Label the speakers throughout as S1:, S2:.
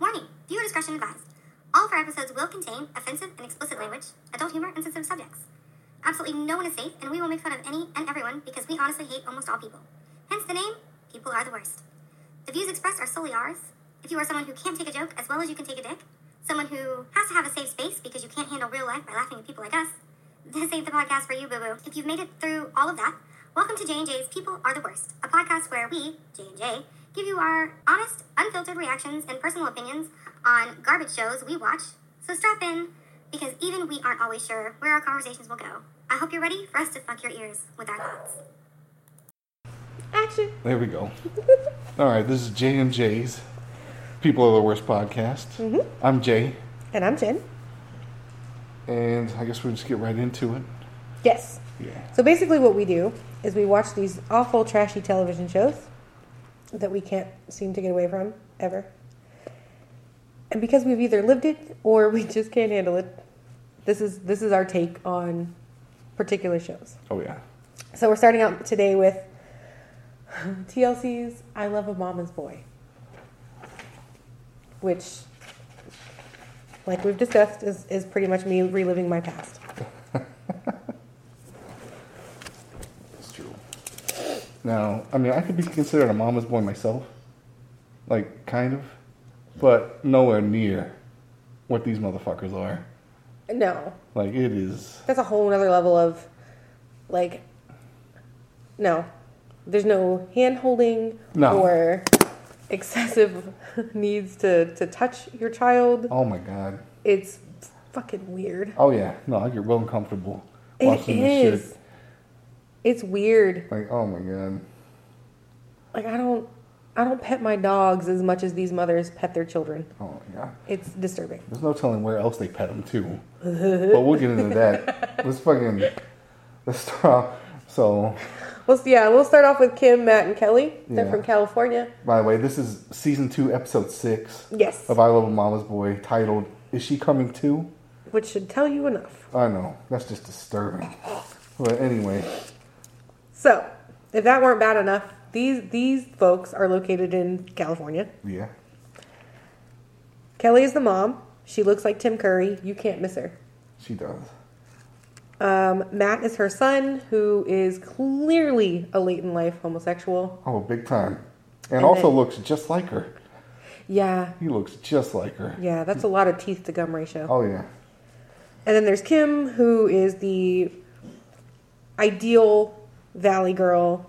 S1: Warning viewer discretion advised. All of our episodes will contain offensive and explicit language, adult humor, and sensitive subjects. Absolutely no one is safe, and we will make fun of any and everyone because we honestly hate almost all people. Hence the name People Are the Worst. The views expressed are solely ours. If you are someone who can't take a joke as well as you can take a dick, someone who has to have a safe space because you can't handle real life by laughing at people like us, this ain't the podcast for you, boo boo. If you've made it through all of that, welcome to J&J's People Are the Worst, a podcast where we, J&J, give you our honest, unfiltered reactions and personal opinions on garbage shows we watch. So strap in, because even we aren't always sure where our conversations will go. I hope you're ready for us to fuck your ears with our thoughts.
S2: Action.
S3: There we go. All right, this is J and J's People Are the Worst podcast.
S2: Mm-hmm.
S3: I'm Jay,
S2: And I'm Jen.
S3: and I guess we'll just get right into it.
S2: Yes.
S3: Yeah.
S2: So basically, what we do is we watch these awful, trashy television shows that we can't seem to get away from ever. And because we've either lived it or we just can't handle it, this is this is our take on particular shows.
S3: Oh yeah.
S2: So we're starting out today with TLC's "I Love a Mama's Boy," which, like we've discussed, is is pretty much me reliving my past.
S3: It's true. Now, I mean, I could be considered a mama's boy myself, like kind of, but nowhere near what these motherfuckers are.
S2: No,
S3: Like it is.
S2: that's a whole other level of like no there's no hand holding
S3: No.
S2: or excessive needs to, to touch your child
S3: Oh my god.
S2: it's fucking weird
S3: Oh yeah. No, I get real uncomfortable
S2: it
S3: watching this
S2: is
S3: shit.
S2: it's weird
S3: Like, oh my god.
S2: like i don't i don't pet my dogs as much as these mothers pet their children
S3: Oh my god.
S2: it's disturbing
S3: There's no telling where else they pet them too. but we'll get into that. Let's fucking let's start. Off. So,
S2: let's yeah we'll start off with kim matt and kelly they're
S3: Yeah.
S2: from california
S3: by the way, this is season two, episode six
S2: yes
S3: of I Love a Mama's Boy, titled "Is She Coming Too?"
S2: which should tell you enough
S3: I know that's just disturbing. But anyway,
S2: So, if that weren't bad enough, these these folks are located in California.
S3: yeah,
S2: Kelly is the mom. She looks like Tim Curry. You can't miss her.
S3: she does.
S2: Um, Matt is her son, who is clearly a late in life homosexual.
S3: Oh, big time. And,
S2: And
S3: also
S2: then-
S3: looks just like her.
S2: Yeah,
S3: He looks just like her.
S2: yeah, that's a lot of teeth to gum ratio.
S3: Oh yeah,
S2: And then there's Kim, who is the ideal valley girl,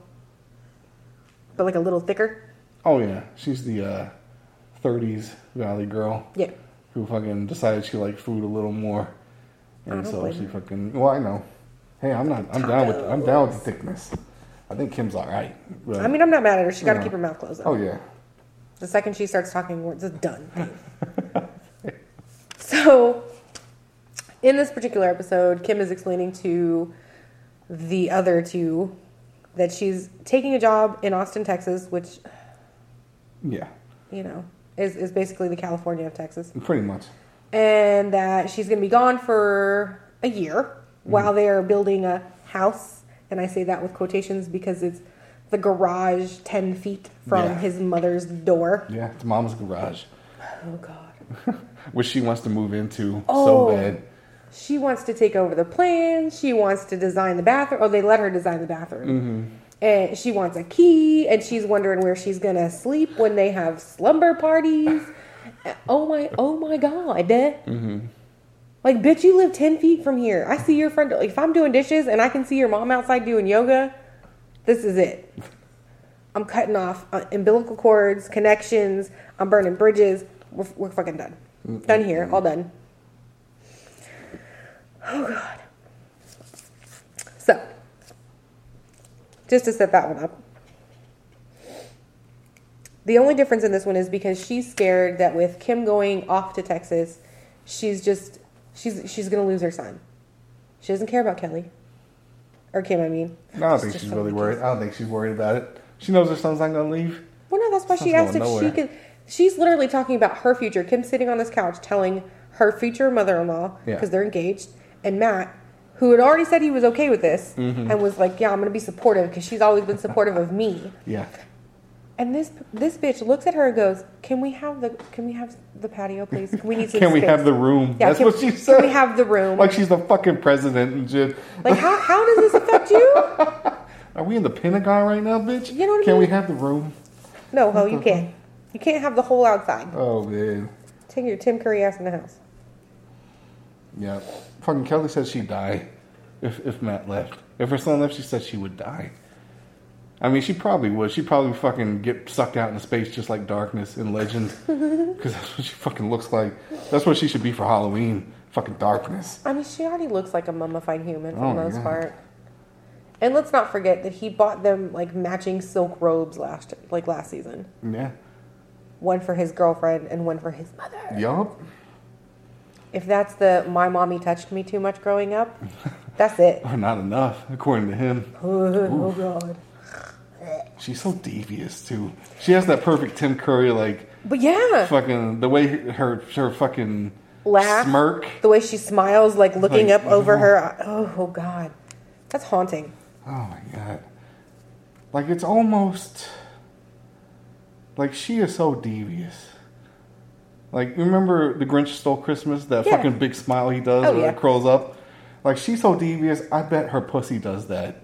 S2: but like a little thicker.
S3: oh yeah. She's the uh, '30s Valley girl.
S2: Yeah.
S3: who fucking decided she liked food a little more,
S2: I
S3: and
S2: don't
S3: so
S2: blame
S3: she
S2: her.
S3: fucking. Well, I know. Hey, I'm not. I'm down with. I'm down with the thickness. I think Kim's all right. but-
S2: I mean, I'm not mad at her. She's got to
S3: Yeah.
S2: keep her mouth closed. Though.
S3: oh yeah,
S2: The second she starts talking words, it's done. so, in this particular episode, Kim is explaining to the other two that she's taking a job in Austin, Texas, which,
S3: yeah,
S2: you know, is, is basically the California of Texas,
S3: pretty much.
S2: and that she's going to be gone for a year while they are building a house. And I say that with quotations because it's the garage 10 feet from
S3: Yeah.
S2: his mother's door.
S3: Yeah, it's Mom's garage,
S2: Oh, God.
S3: which she wants to move into
S2: Oh.
S3: so bad.
S2: She wants to take over the plans. She wants to design the bathroom. Oh, they let her design the bathroom. And she wants a key, and she's wondering where she's gonna sleep when they have slumber parties. Uh, oh my! Oh my God! Like, bitch, you live ten feet from here. I see your front door. If I'm doing dishes and I can see your mom outside doing yoga, this is it. I'm cutting off uh, umbilical cords, connections. I'm burning bridges. We're, we're fucking done. Done here. All done. So, just to set that one up. The only difference in this one is because she's scared that with Kim going off to Texas, she's just she's she's gonna lose her son. She doesn't care about Kelly. Or Kim, I mean.
S3: I don't
S2: It's
S3: think
S2: just
S3: she's
S2: so
S3: really
S2: ridiculous.
S3: worried. I don't think she's worried about it. She knows her son's not gonna leave.
S2: Well, no, that's why
S3: Son's
S2: she asked if
S3: going
S2: she
S3: nowhere.
S2: could. She's literally talking about her future. Kim sitting on this couch telling her future mother in law,
S3: Yeah.
S2: because they're engaged, and Matt, who had already said he was
S3: Mm-hmm.
S2: okay with this and was like, yeah, I'm going to be supportive because she's always been supportive of me.
S3: Yeah,
S2: And this this bitch looks at her and goes, "Can we have the Can we have the patio, please? Can we need some
S3: Can we
S2: space?"
S3: have the room?
S2: Yeah,
S3: That's
S2: can-
S3: what she
S2: can
S3: said.
S2: we have the room?
S3: Like she's the fucking president and shit.
S2: Like how how does this affect you?
S3: Are we in the Pentagon right now, bitch?
S2: You know what I
S3: Can we
S2: mean?
S3: have the room?
S2: No, ho, you can't. You can't have the whole outside.
S3: Oh man.
S2: Take your Tim Curry ass in the house.
S3: Yeah. Fucking Kelly said she'd die if if Matt left. If her son left, she said she would die. I mean, she probably would. She'd probably fucking get sucked out into space just like darkness in Legend. Because that's what she fucking looks like. That's what she should be for Halloween. Fucking darkness.
S2: I mean, she already looks like a mummified human for
S3: Oh,
S2: the most
S3: yeah.
S2: part. And let's not forget that he bought them like matching silk robes last like last season.
S3: Yeah.
S2: One for his girlfriend and one for his mother.
S3: Yup.
S2: If that's the my mommy touched me too much growing up, that's it.
S3: Or Oh, not enough, according to him.
S2: oh god.
S3: She's so devious, too. She has that perfect Tim Curry, like,
S2: But yeah,
S3: fucking, the way her, her fucking
S2: Uh. Laugh.
S3: smirk.
S2: the way she smiles, like looking up
S3: Like,
S2: over
S3: oh.
S2: her. Oh, oh god, that's haunting.
S3: Oh my god. Like it's almost like she is so devious. Like you remember the Grinch stole Christmas, that
S2: Yeah.
S3: fucking big smile he does
S2: Oh,
S3: when
S2: yeah.
S3: it curls up? Like she's so devious, I bet her pussy does that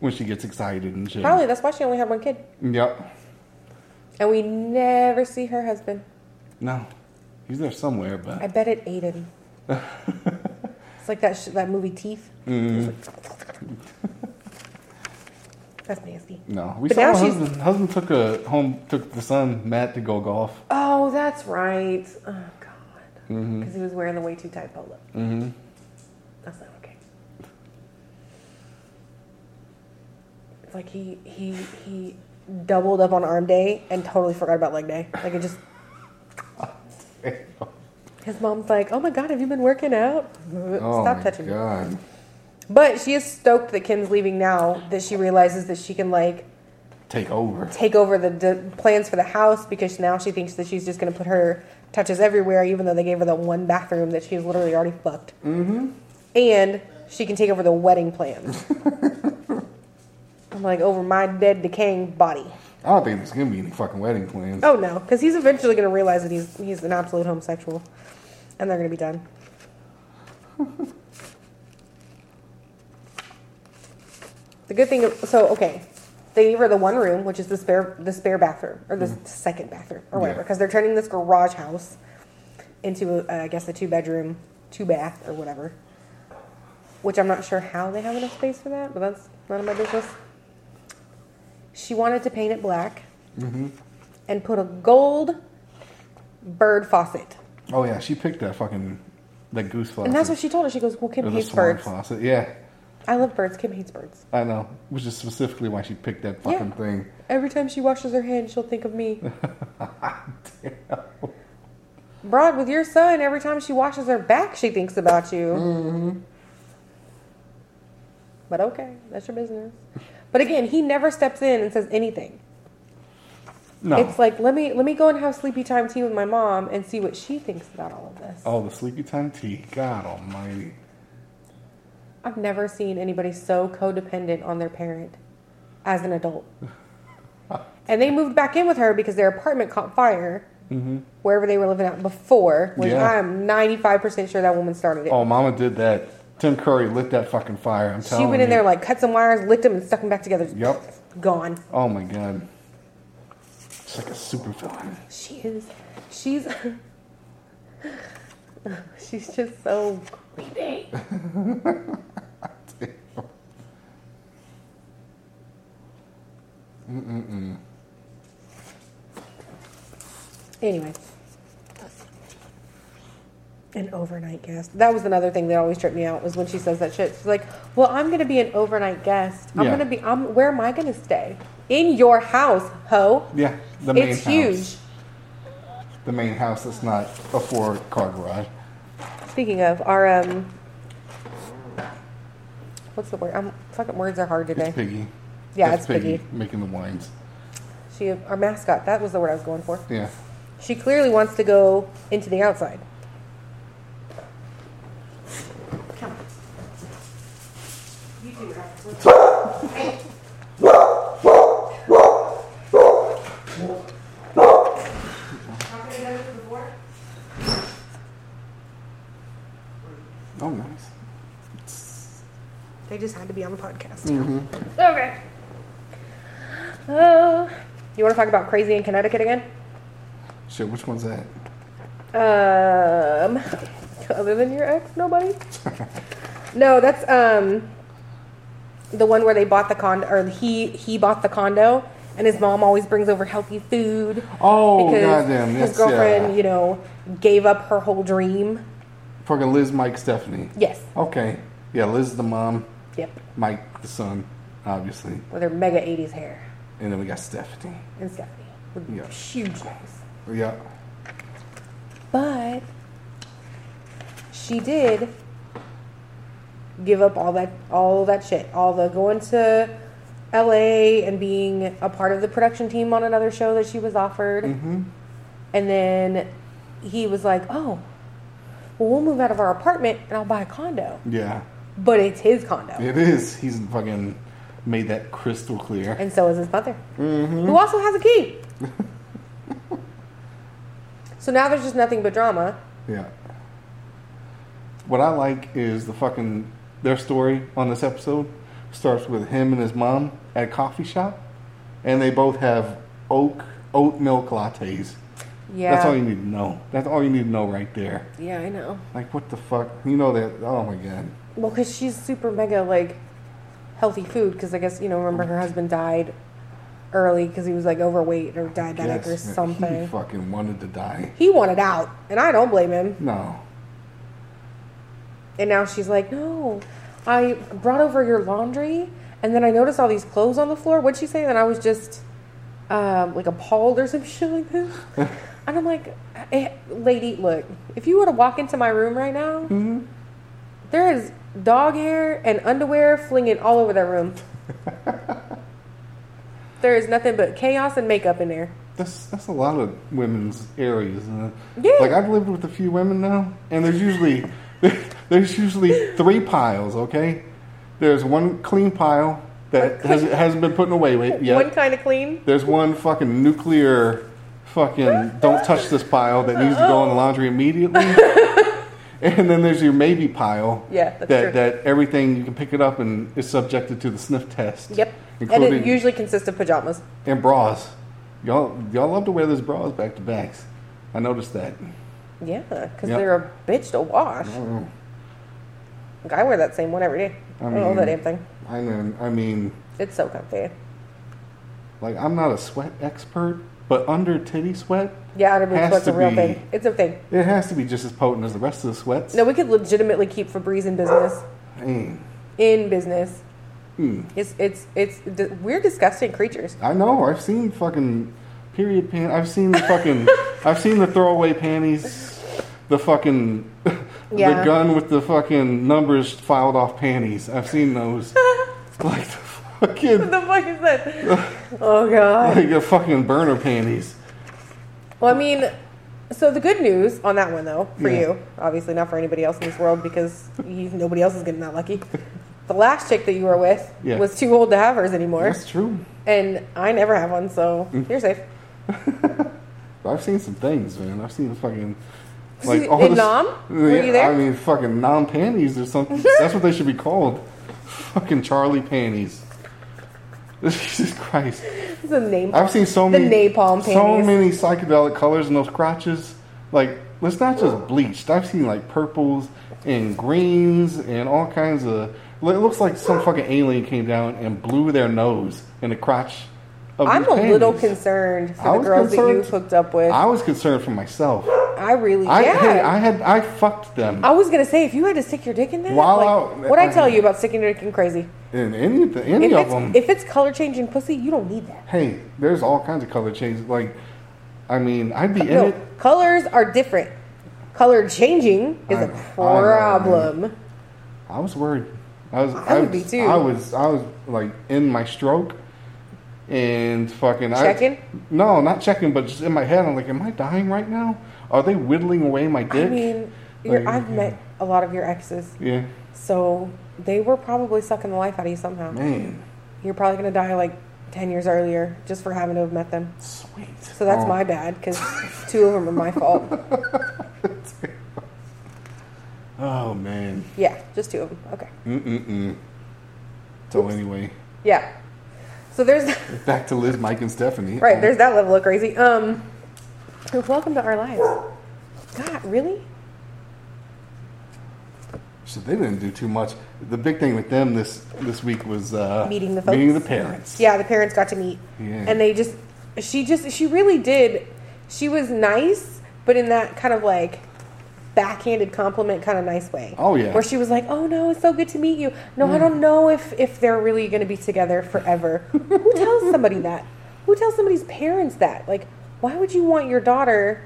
S3: when she gets excited and shit.
S2: Probably that's why she only had one kid,
S3: Yep.
S2: and we never see her husband.
S3: No. He's there somewhere, but
S2: I bet it ate him. it's like that sh- that movie Teeth. It's
S3: Mm-hmm.
S2: like- That's nasty.
S3: no. We
S2: But
S3: saw
S2: now
S3: her
S2: she's-
S3: husband husband took a home took the son, Matt, to go golf.
S2: Oh, that's right. Oh God, because
S3: Mm-hmm.
S2: he was wearing the way too tight polo. Mm-hmm. That's not okay. It's like he he he doubled up on arm day and totally forgot about leg day. Like it just. His mom's like, "Oh my god, have you been working out? Stop
S3: Oh my
S2: touching me."
S3: God.
S2: But she is stoked that Kim's leaving now that she realizes that she can like
S3: Take over.
S2: take over the d- plans for the house because now she thinks that she's just going to put her touches everywhere, even though they gave her the one bathroom that she's literally already fucked. Mm-hmm. And she can take over the wedding plans. I'm like over my dead decaying body.
S3: I don't think there's gonna be any fucking wedding plans.
S2: Oh no, because he's eventually going to realize that he's he's an absolute homosexual, and they're going to be done. the good thing, so okay, they gave her the one room, which is the spare the spare bathroom or the second bathroom or whatever,
S3: Yeah.
S2: because they're turning this garage house into a, I guess a two bedroom, two bath or whatever. Which I'm not sure how they have enough space for that, but that's none of my business. She wanted to paint it black and put a gold bird faucet.
S3: Oh yeah, she picked that fucking that goose faucet.
S2: And that's what she told her. She goes, Well, Kim
S3: Or the
S2: hates
S3: swan
S2: birds.
S3: faucet. Yeah,
S2: I love birds. Kim hates birds.
S3: I know. Which is specifically why she picked that fucking
S2: Yeah.
S3: thing.
S2: Every time she washes her hands, she'll think of me. Broad, with your son, every time she washes her back, she thinks about you.
S3: Mm-hmm.
S2: But okay, that's your business. But again, he never steps in and says anything.
S3: No.
S2: It's like let me let me go and have sleepy time tea with my mom and see what she thinks about all of this.
S3: oh, the sleepy time tea. God Almighty.
S2: I've never seen anybody so codependent on their parent as an adult. and they moved back in with her because their apartment caught fire wherever they were living at before, which
S3: Mm-hmm. Yeah.
S2: I'm 95% sure that woman started it.
S3: Oh, Mama did that. Tim Curry lit that fucking fire. I'm telling
S2: she
S3: you.
S2: went in there, like, cut some wires, licked them, and stuck them back together.
S3: Yep.
S2: Gone.
S3: Oh my god. It's like a super villain.
S2: She is. She's. she's just so creepy. Anyway. An overnight guest. That was another thing that always tripped me out was when she says that shit. She's like, "Well, I'm gonna be an overnight guest. I'm
S3: Yeah.
S2: gonna be. I'm. Where am I gonna stay? In your house, ho.
S3: Yeah, the main
S2: it's
S3: house.
S2: huge.
S3: The main house that's not a four car garage.
S2: Speaking of our um, what's the word? I'm fucking words are hard today.
S3: It's Piggy.
S2: Yeah,
S3: That's
S2: it's Piggy.
S3: making the wines.
S2: She our mascot. That was the word I was going for.
S3: Yeah.
S2: She clearly wants to go into the outside. Come on. You do it.
S3: Oh, nice.
S2: They just had to be on the podcast.
S3: Mm-hmm.
S1: Okay.
S2: Oh, you want to talk about crazy in Connecticut again?
S3: Shit, which one's that?
S2: Um, other than your ex, nobody. no, that's um, the one where they bought the condo, or he he bought the condo, and his mom always brings over healthy food.
S3: Oh, goddamn, yes,
S2: his girlfriend,
S3: yeah.
S2: you know, gave up her whole dream.
S3: Fucking Liz, Mike, Stephanie.
S2: Yes.
S3: Okay. Yeah, Liz is the mom,
S2: Yep.
S3: Mike the son, obviously,
S2: With her mega '80s hair
S3: and then we got Stephanie.
S2: and Stephanie with
S3: Yeah.
S2: huge nose.
S3: Yeah.
S2: But she did give up all that all that shit, all the going to LA and being a part of the production team on another show that she was offered.
S3: Mm-hmm.
S2: And then he was like, "Oh, well, we'll move out of our apartment and I'll buy a condo."
S3: Yeah.
S2: But it's his condo.
S3: It is. He's fucking made that crystal clear.
S2: And so is his mother,
S3: Mm-hmm.
S2: who also has a key. so now there's just nothing but drama.
S3: Yeah. What I like is the fucking their story on this episode starts with him and his mom at a coffee shop, and they both have oak oat milk lattes.
S2: Yeah.
S3: That's all you need to know. That's all you need to know right there.
S2: yeah, I know.
S3: Like what the fuck? You know that? Oh my god.
S2: Well, because she's super mega like healthy food. Because I guess you know, remember her husband died early because he was like overweight or diabetic or
S3: Yes, man, He
S2: something.
S3: fucking wanted to die.
S2: He wanted out, and I don't blame him.
S3: No.
S2: And now she's like, "No, I brought over your laundry, and then I noticed all these clothes on the floor. What'd she say? That I was just um, like appalled or some shit like this." and I'm like, eh, "Lady, look, if you were to walk into my room right now,
S3: Mm-hmm.
S2: there is dog hair and underwear flinging all over that room. there is nothing but chaos and makeup in there."
S3: That's that's a lot of women's areas. Uh,
S2: Yeah.
S3: Like I've lived with a few women now, and there's usually there's usually three piles. Okay. There's one clean pile that has, hasn't been put away wa-
S2: One
S3: yet.
S2: kind of clean.
S3: There's one fucking nuclear fucking don't touch this pile that needs to go in the laundry immediately. and then there's your maybe pile.
S2: Yeah, that's
S3: that
S2: true.
S3: that everything you can pick it up and is subjected to the sniff test.
S2: Yep.
S3: Including
S2: and it usually consists of pajamas.
S3: and bras. Y'all, y'all love to wear those bras back to backs. I noticed that.
S2: Yeah, because
S3: Yep.
S2: they're a bitch to wash.
S3: Oh,
S2: Like, I wear that same one every day. I,
S3: I
S2: love that
S3: mean-
S2: damn thing.
S3: I mean, I mean,
S2: It's so comfy.
S3: like I'm not a sweat expert, but under titty sweat,
S2: Yeah, outer boots
S3: Has
S2: sweat's a
S3: to
S2: real
S3: be.
S2: thing. It's a thing.
S3: it has to be just as potent as the rest of the sweats.
S2: No, we could legitimately keep Febreze in business.
S3: Man,
S2: In business,
S3: hmm.
S2: it's it's it's d- we're disgusting creatures.
S3: I know. I've seen fucking period pants. I've seen the fucking. I've seen the throwaway panties. The fucking.
S2: Yeah.
S3: The gun with the fucking numbers filed off panties. I've seen those. like the
S2: What
S3: fucking.
S2: the fuck is that? oh god.
S3: Like the fucking burner panties.
S2: Well, I mean, so the good news on that one though for
S3: Yeah.
S2: you, obviously not for anybody else in this world because you, nobody else is getting that lucky. The last chick that you were with
S3: Yeah.
S2: was too old to have hers anymore,
S3: That's true. Mm.
S2: and I never have one, so you're safe.
S3: I've seen some things, man. I've seen fucking
S2: So you- in Nam? Were you there?
S3: I mean, fucking nom panties or something. That's what they should be called. Fucking Charlie panties. Jesus Christ!
S2: It's a name.
S3: I've seen so
S2: The
S3: many
S2: napalm
S3: so
S2: panties.
S3: many psychedelic colors in those crotches. Like, it's not just bleached. I've seen like purples and greens and all kinds of. It looks like some fucking alien came down and blew their nose in the crotch. Of
S2: I'm
S3: these
S2: a little
S3: panties.
S2: concerned for
S3: I
S2: the
S3: was
S2: girls that
S3: concerned-
S2: you've hooked up with.
S3: I
S2: I,
S3: was concerned for myself.
S2: really,
S3: I,
S2: yeah.
S3: hey, I had I fucked them
S2: I was gonna say if you had to stick your dick in that,
S3: While
S2: like,
S3: I-
S2: what I tell you about sticking your dick in crazy?
S3: in any of the, any
S2: If
S3: of them.
S2: it's, if it's color changing pussy, you don't need that.
S3: hey, there's all kinds of color changes. Like, I mean, I'd be in
S2: Uh, No,
S3: it.
S2: colors are different. Color changing is
S3: I-
S2: a
S3: I know, I
S2: problem.
S3: I was worried. I was.
S2: I would
S3: was-
S2: be too.
S3: I was. I was like in my stroke, and fucking I-
S2: Checking?
S3: no, not checking, but just in my head. I'm like, am I dying right now? Are they whittling away my
S2: I
S3: dick?
S2: mean, your,
S3: Like,
S2: I've met a lot of your exes,
S3: Yeah,
S2: so they were probably sucking the life out of you somehow.
S3: man,
S2: You're probably gonna die like ten years earlier just for having to have met them.
S3: sweet.
S2: So that's
S3: Oh.
S2: my bad because two of them are my fault.
S3: Oh man.
S2: Yeah, just two of them. Okay.
S3: Mm-mm-mm. So anyway,
S2: Yeah. So there's
S3: back to Liz, Mike, and Stephanie.
S2: right there's that level of crazy. Um, welcome to our lives. God, really?
S3: Uh, So they didn't do too much. The big thing with them this this week was uh,
S2: Meeting the folks.
S3: meeting the parents.
S2: Yeah, the parents got to meet.
S3: Yeah.
S2: And they just, she just, she really did. She was nice, but in that kind of like backhanded compliment kind of nice way.
S3: Oh, yeah. Mm.
S2: Where she was like, "Oh no, it's so good to meet you." No, I don't know if if they're really going to be together forever. Who tells somebody that? Who tells somebody's parents that? Like, why would you want your daughter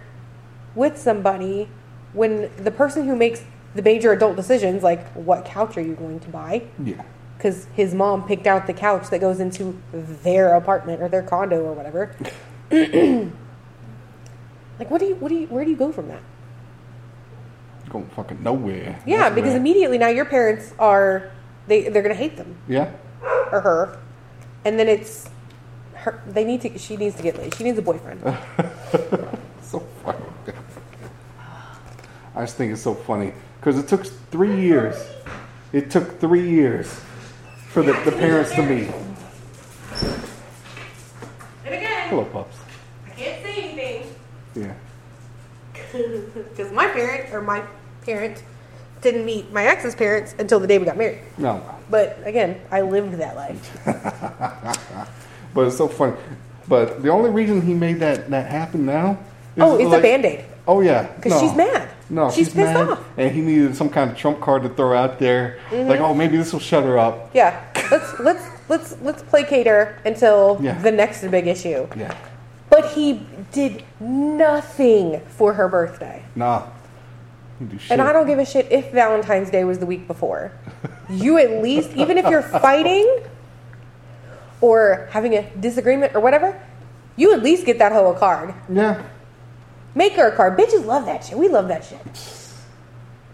S2: with somebody when the person who makes the major adult decisions, like what couch are you going to buy?
S3: Yeah.
S2: because his mom picked out the couch that goes into their apartment or their condo or whatever. like, what do you, what do you, where do you go from that?
S3: Going fucking nowhere.
S2: Yeah,
S3: That's
S2: because
S3: where-
S2: immediately now your parents are they they're gonna hate them
S3: Yeah.
S2: or her, and then it's her. They need to. She needs to get laid. She needs a boyfriend.
S3: So fucking. good. I just think it's so funny because it took three years. It took three years for the, the parents to meet.
S2: and again,
S3: Hello, pups.
S2: I can't say anything
S3: Yeah.
S2: because my parent or my parent didn't meet my ex's parents until the day we got married.
S3: No.
S2: But again, I lived that life.
S3: But it's so funny. But the only reason he made that, that happen now is
S2: Oh, it's
S3: like-
S2: a band aid.
S3: Oh yeah,
S2: 'Cause she's mad.
S3: No,
S2: She's pissed
S3: mad,
S2: off. Mm-hmm.
S3: and he needed some kind of trump card to throw out there. Like, oh, maybe this will shut her up.
S2: Yeah, let's let's let's let's placate her until
S3: Yeah.
S2: the next big issue.
S3: Yeah,
S2: But he did nothing for her birthday,
S3: nah. You do shit.
S2: and I don't give a shit if Valentine's Day was the week before. You at least, even if you're fighting or having a disagreement or whatever, you at least get that hoe a card.
S3: Yeah.
S2: Make her a card. Bitches love that shit. We love that shit.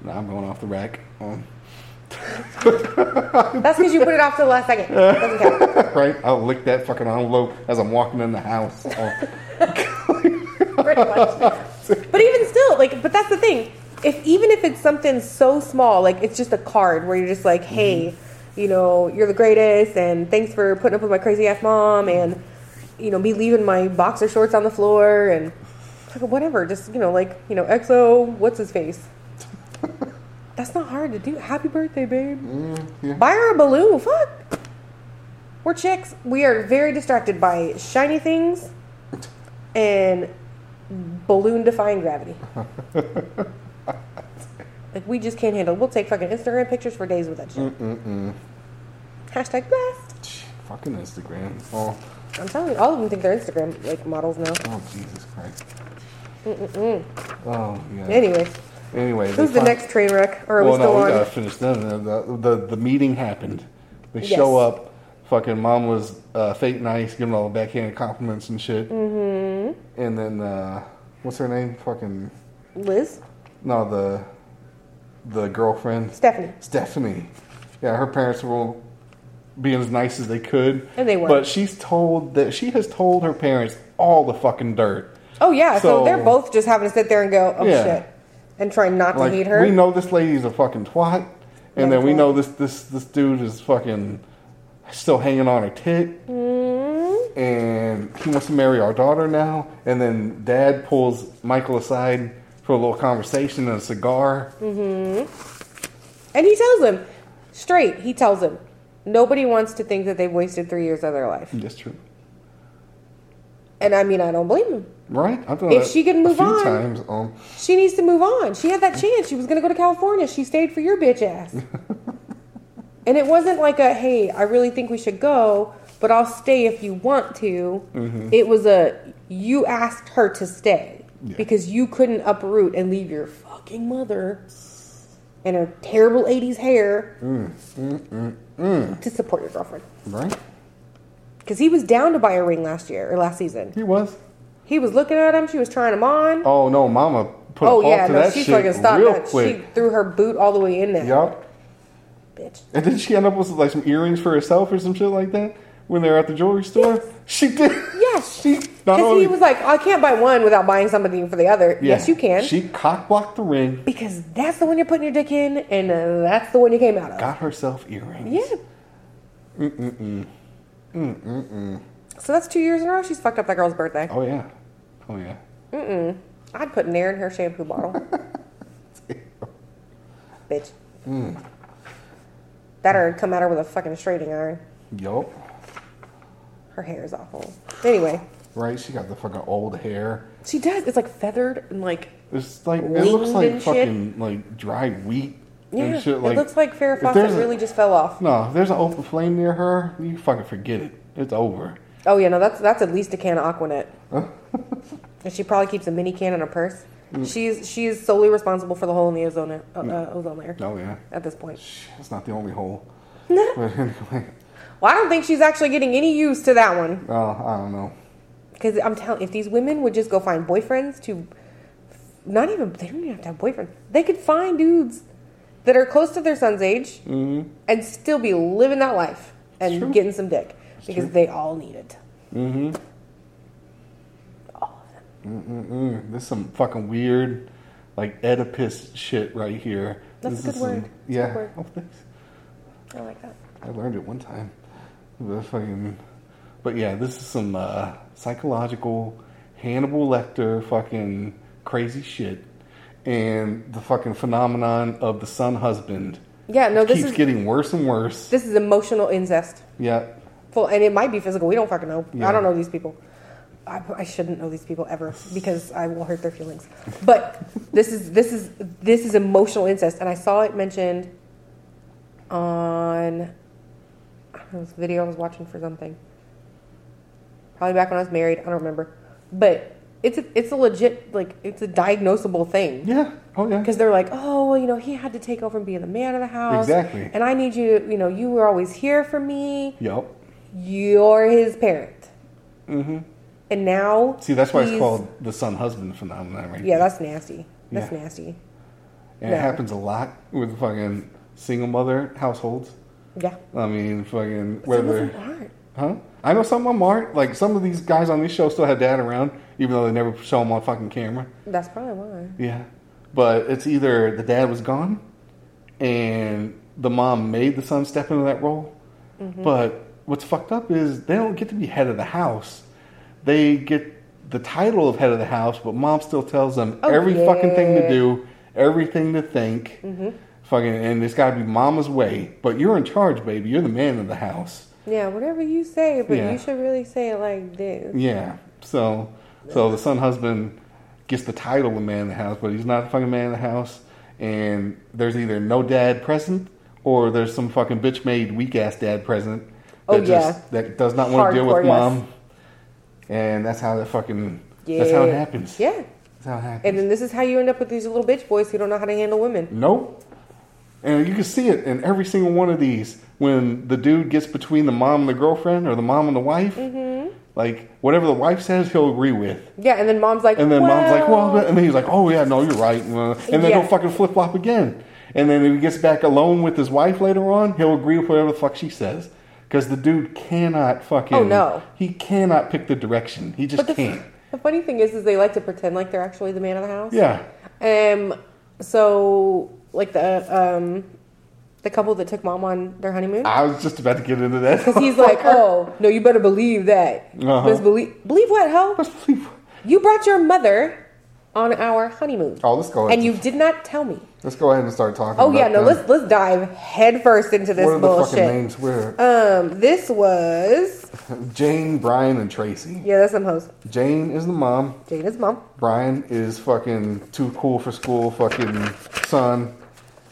S3: Nah, I'm going off the rack. Um,
S2: That's because you put it off to the last second. Doesn't count.
S3: right? I'll lick that fucking envelope as I'm walking in the house. Oh,
S2: Pretty much. But even still, like, but that's the thing. If even if it's something so small, like it's just a card where you're just like, hey, you know, you're the greatest, and thanks for putting up with my crazy ass mom, and you know, me leaving my boxer shorts on the floor, and like, whatever. Just you know, like you know, EXO, what's his face? that's not hard to do. Happy birthday, babe.
S3: yeah.
S2: Buy her a balloon. Fuck. We're chicks. We are very distracted by shiny things and balloon defying gravity. like we just can't handle. it. We'll take fucking Instagram pictures for days with that shit. Hashtag blessed.
S3: Shit, fucking Instagram. Oh,
S2: I'm telling you, all of them think they're Instagram like models now.
S3: oh Jesus Christ. Oh yeah.
S2: Anyway,
S3: Anyway, they
S2: who's the
S3: fin-
S2: next train wreck? Or are
S3: well,
S2: we still
S3: no, we
S2: on?
S3: gotta finish them. The, the, the, the meeting happened. They
S2: Yes.
S3: show up. Fucking mom was uh, fake nice, giving all the backhanded compliments and shit. Mm-hmm. And then uh, what's her name? Fucking
S2: Liz,
S3: no, the the girlfriend
S2: Stephanie.
S3: Stephanie. Yeah, her parents were being as nice as they could,
S2: And they were.
S3: But she's told that she has told her parents all the fucking dirt.
S2: Oh yeah, so,
S3: So-
S2: they're both just having to sit there and go, oh
S3: Yeah.
S2: shit, and try not to
S3: like
S2: hate her.
S3: we know this lady's a fucking twat, and
S2: Yeah,
S3: then we
S2: twat.
S3: know this this this dude is fucking still hanging on her tit,
S2: Mm-hmm.
S3: and he wants to marry our daughter now. And then dad pulls Michael aside for a little conversation and a cigar.
S2: Mm. And he tells him straight. He tells him nobody wants to think that they've wasted three years of their life.
S3: That's true,
S2: And I mean, I don't blame him.
S3: right? I've done
S2: If
S3: that
S2: she can move
S3: a few
S2: on.
S3: times. Um,
S2: She needs to move on. She had that chance. She was going to go to California. She stayed for your bitch ass. and it wasn't like a hey, I really think we should go, but I'll stay if you want to. It was a you asked her to stay
S3: Yeah.
S2: because you couldn't uproot and leave your fucking mother and her terrible 80s hair to support your girlfriend.
S3: right?
S2: Because he was down to buy a ring last year or last season.
S3: He was.
S2: He was looking at him. She was trying him on. Oh,
S3: Oh no, Mama put a halt
S2: yeah,
S3: to
S2: no,
S3: that
S2: she
S3: shit
S2: fucking stopped
S3: real
S2: that.
S3: quick.
S2: She threw her boot all the way in there.
S3: Yup.
S2: Bitch.
S3: And did she end up with like some earrings for herself or some shit like that when they were at the jewelry store? She did.
S2: Yeah, Yes.
S3: She not
S2: Because
S3: only
S2: he was like, I can't buy one without buying something for the other.
S3: Yeah.
S2: Yes, you can.
S3: She cock blocked the ring,
S2: because that's the one you're putting your dick in, and uh, that's the one you came out of.
S3: got herself earrings.
S2: Yeah. Mm mm mm. Mm mm mm. So that's two years in a row she's fucked up that girl's birthday.
S3: Oh yeah. Oh yeah.
S2: I'd put Nair in her shampoo bottle. Bitch.
S3: Mm.
S2: That or come at her with a fucking straightening iron.
S3: Yup.
S2: Her hair is awful. Anyway,
S3: Right. She got the fucking old hair.
S2: she does. It's like feathered and like
S3: It's like it looks
S2: Winged
S3: like
S2: and shit.
S3: fucking like dry wheat
S2: yeah.
S3: and shit. Like
S2: it looks like Farrah
S3: if there's
S2: Fawcett
S3: a-
S2: really just fell off.
S3: No, if there's an open flame near her, you fucking forget it. It's over.
S2: Oh yeah, no, that's that's at least a can of Aquanet. and she probably keeps a mini can in her purse.
S3: Mm.
S2: She's she is solely responsible for the hole in the ozone uh, uh, ozone layer
S3: Oh yeah.
S2: at this point.
S3: Shh, That's not the only hole. but anyway,
S2: Well, I don't think she's actually getting any use to that one.
S3: oh, I don't know.
S2: Because I'm telling, if these women would just go find boyfriends to, not even they don't even have to have boyfriends. They could find dudes that are close to their son's age and still be living that life and
S3: Mm-hmm. true.
S2: getting some dick because
S3: true. Mm-hmm.
S2: they all need it.
S3: Mm, This some fucking weird, like Oedipus shit right here.
S2: That's
S3: This
S2: a good
S3: is some-
S2: word. That's a good
S3: yeah.
S2: word.
S3: Oh, thanks.
S2: I like that.
S3: I learned it one time. The fucking, but yeah, this is some uh, psychological Hannibal Lecter fucking crazy shit, and the fucking phenomenon of the son husband.
S2: Yeah, no,
S3: It
S2: this
S3: keeps
S2: is-
S3: getting worse and worse.
S2: This is emotional incest.
S3: yeah,
S2: Full, and it might be physical. We don't fucking know.
S3: Yeah.
S2: I don't know these people. I, I shouldn't know these people ever because I will hurt their feelings. But this is this is this is emotional incest, and I saw it mentioned on I don't know, this video I was watching for something. Probably back when I was married. I don't remember, but it's a, it's a legit like it's a diagnosable thing
S3: yeah, oh yeah.
S2: because they're like, oh, well, you know, he had to take over and be the man of the house,
S3: Exactly.
S2: And I need you, to, you know, you were always here for me
S3: Yup.
S2: you're his parent. Mm-hmm. And now,
S3: See, that's why it's
S2: he's-
S3: called the son husband phenomenon, right?
S2: Yeah, that's nasty. That's
S3: Yeah.
S2: nasty.
S3: and it
S2: yeah.
S3: happens a lot with fucking single mother households.
S2: Yeah.
S3: I mean, fucking
S2: Some
S3: whether.
S2: of them aren't.
S3: Huh? I know some of them aren't. Like some of these guys on this show still have dad around, even though they never show him on fucking camera.
S2: That's probably why.
S3: Yeah, but it's either the dad was gone, and the mom made the son step into that role.
S2: Mm-hmm.
S3: But what's fucked up is they don't get to be head of the house. They get the title of head of the house, but mom still tells them
S2: Oh,
S3: every fucking thing to
S2: yeah. Mm-hmm.
S3: do, everything to think. Fucking, and it's got to be mama's way. But you're in charge, baby. You're the man of the house.
S2: Yeah, whatever you say, but
S3: Yeah.
S2: you should really say it like this.
S3: Yeah. So, so the son husband gets the title of man of the house, but he's not the fucking man of the house. And there's either no dad present, or there's some fucking bitch made weak ass dad present.
S2: Oh,
S3: that
S2: yeah.
S3: That does not want to deal
S2: Hardcore,
S3: with
S2: yes.
S3: mom. And that's how that fucking. That's how it
S2: Yeah.
S3: happens.
S2: Yeah.
S3: That's how it happens.
S2: And then this is how you end up with these little bitch boys who don't know how to handle women.
S3: Nope. And you can see it in every single one of these when the dude gets between the mom and the girlfriend or the mom and the wife.
S2: Mm-hmm.
S3: Like, whatever the wife says, he'll agree with.
S2: Yeah, and then mom's like,
S3: And then mom's like, well,
S2: "Well."
S3: and then he's like, oh, yeah, no, you're right. And then
S2: Yeah.
S3: he'll fucking flip flop again. And then if he gets back alone with his wife later on, he'll agree with whatever the fuck she says. Because the dude cannot fucking.
S2: Oh, no.
S3: He cannot pick the direction. He just
S2: But the,
S3: can't.
S2: the funny thing is, is they like to pretend like they're actually the man of the house.
S3: Yeah.
S2: Um. So, like the um, the couple that took mom on their honeymoon.
S3: I was just about to get into that.
S2: Because he's like, oh, no, you better believe that.
S3: Uh-huh.
S2: Miss Believe, believe what, hell? You brought your mother on our honeymoon.
S3: Oh, let's go ahead.
S2: And you did not tell me.
S3: Let's go ahead and start talking.
S2: Oh, yeah,
S3: about
S2: no,
S3: them.
S2: let's let's dive headfirst into this
S3: What are the fucking
S2: bullshit.
S3: names? Where
S2: Um, this was
S3: Jane, Brian, and Tracy.
S2: yeah, that's some hoes.
S3: Jane is the mom.
S2: Jada's mom.
S3: Brian is fucking too cool for school, fucking son,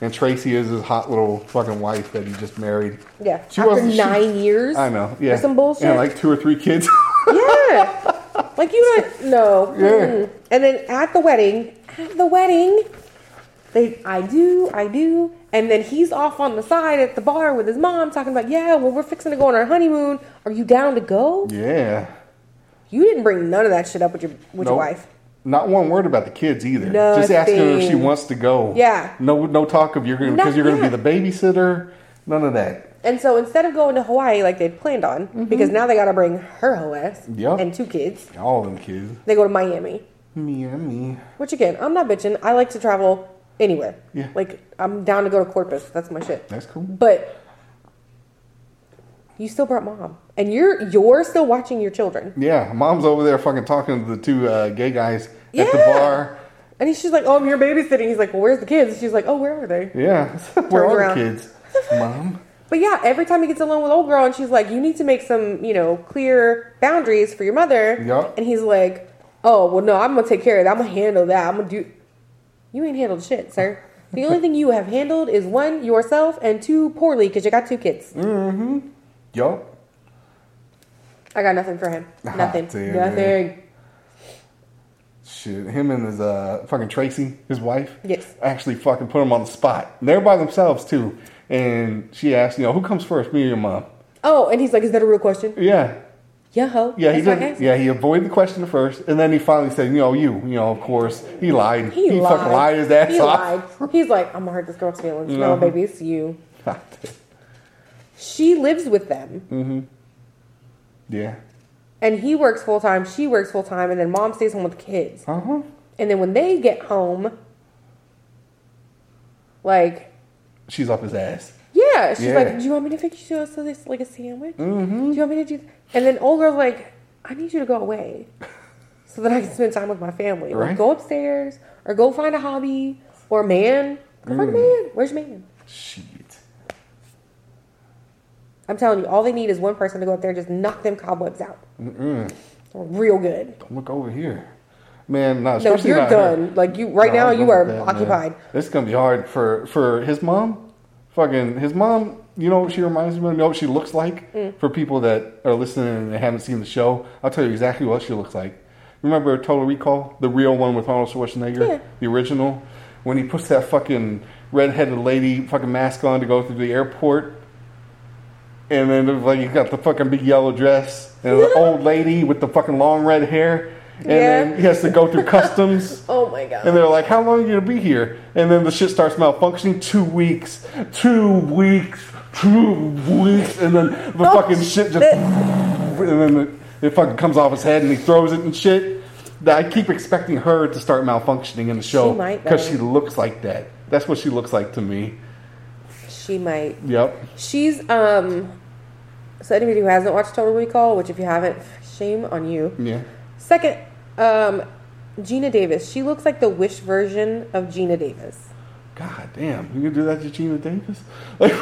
S3: and Tracy is his hot little fucking wife that he just married.
S2: Yeah,
S3: she
S2: after
S3: wasn't- she-
S2: nine years.
S3: I know. Yeah,
S2: for some bullshit.
S3: And like two or three kids.
S2: yeah, like you don't no.
S3: Yeah.
S2: Mm. And then at the wedding, at the wedding, they I do, I do. And then he's off on the side at the bar with his mom talking about, yeah, well, we're fixing to go on our honeymoon. Are you down to go?
S3: yeah,
S2: You didn't bring none of that shit up with your with your
S3: Nope.
S2: wife.
S3: Not one word about the kids either. Just asking her if she
S2: Nothing.
S3: wants to go.
S2: Yeah.
S3: No, no talk of you're gonna because you're gonna
S2: Not
S3: be
S2: yet.
S3: the babysitter. None of that.
S2: And so instead of going to Hawaii like they'd planned on,
S3: Mm-hmm.
S2: because now they got to bring her whole ass
S3: Yep.
S2: and two kids,
S3: All them kids.
S2: they go to Miami.
S3: Miami.
S2: Which again, I'm not bitching. I like to travel anywhere.
S3: Yeah.
S2: Like I'm down to go to Corpus. That's my shit.
S3: That's cool.
S2: But you still brought mom, and you're you're still watching your children.
S3: Yeah, mom's over there fucking talking to the two uh, gay guys at the
S2: Yeah.
S3: bar.
S2: And he's, she's like, "Oh, I'm here babysitting." He's like, "Well, where's the kids?" She's like, "Oh, where are they?"
S3: Yeah, where
S2: Turns
S3: are the
S2: around.
S3: kids? Mom.
S2: But yeah, every time he gets alone with old girl, and she's like, "You need to make some, you know, clear boundaries for your mother."
S3: Yeah.
S2: And he's like, "Oh, well, no, I'm gonna take care of that. I'm gonna handle that. I'm gonna do." You ain't handled shit, sir. The only thing you have handled is one yourself, and two poorly because you got two kids.
S3: Mm. Yup.
S2: I got nothing for him.
S3: Ah,
S2: Nothing.
S3: damn,
S2: nothing.
S3: man. Shit, him and his uh, fucking Tracy, his wife.
S2: Yes.
S3: Actually, fucking put him on the spot. They're by themselves too, and she asked, you know, who comes first, me or your mom?
S2: Oh, and he's like, "Is that a real question?"
S3: Yeah,
S2: Yeah, ho.
S3: yeah.
S2: That's
S3: he
S2: my
S3: did.
S2: answer.
S3: Yeah, he avoided the question at first, and then he finally said, you know, you, you know, of course, he lied.
S2: He, lied.
S3: fucking lied his ass
S2: he
S3: off.
S2: Lied. He's like, I'm gonna hurt this girl's feelings. No,
S3: Mhm.
S2: baby, it's you.
S3: Lied.
S2: She lives with them,
S3: Mm. yeah.
S2: and he works full time. She works full time, and then mom stays home with the kids.
S3: Uh huh.
S2: And then when they get home, like,
S3: She's up his ass.
S2: yeah, she's
S3: Yeah.
S2: like, Do you want me to fix you so this like a sandwich? Mm-hmm. Do you want me to do? And then old girl's like, I need you to go away, so that I can spend time with my family. Or
S3: Right.
S2: go upstairs, or go find a hobby, or a man. Go find a
S3: Mm.
S2: man. Where's your man?
S3: Shit.
S2: I'm telling you, all they need is one person to go up there and just knock them cobwebs out. Real good.
S3: Don't look over here. Man, no,
S2: No,
S3: especially
S2: you're
S3: not her.
S2: done. Like you, right
S3: No,
S2: now,
S3: I'm
S2: you
S3: good
S2: are
S3: with that, man.
S2: occupied.
S3: This is gonna be hard for for his mom. Fucking his mom. You know what she reminds me of? You know what she looks like?
S2: Mm.
S3: For people that are listening and haven't seen the show, I'll tell you exactly what she looks like. Remember Total Recall, the real one with Arnold Schwarzenegger,
S2: Yeah.
S3: the original, when he puts that fucking redheaded lady fucking mask on to go through the airport. And then it was like he's got the fucking big yellow dress and the old lady with the fucking long red hair. And
S2: Yeah.
S3: then he has to go through customs.
S2: Oh my god.
S3: And they're like, how long are you going to be here? And then the shit starts malfunctioning. Two weeks. Two weeks. Two weeks. And then the
S2: Oh,
S3: fucking shit just.
S2: shit.
S3: And then it, it fucking comes off his head and he throws it and shit. That- I keep expecting her to start malfunctioning in the show.
S2: might,
S3: Because she
S2: though.
S3: looks like that. That's what she looks like to me.
S2: She might.
S3: Yep.
S2: She's um. So anybody who hasn't watched Total Recall, which if you haven't, shame on you.
S3: Yeah.
S2: Second, um, Gina Davis. She looks like the Wish version of Gina Davis.
S3: God damn. You can do that to Gina Davis? Like,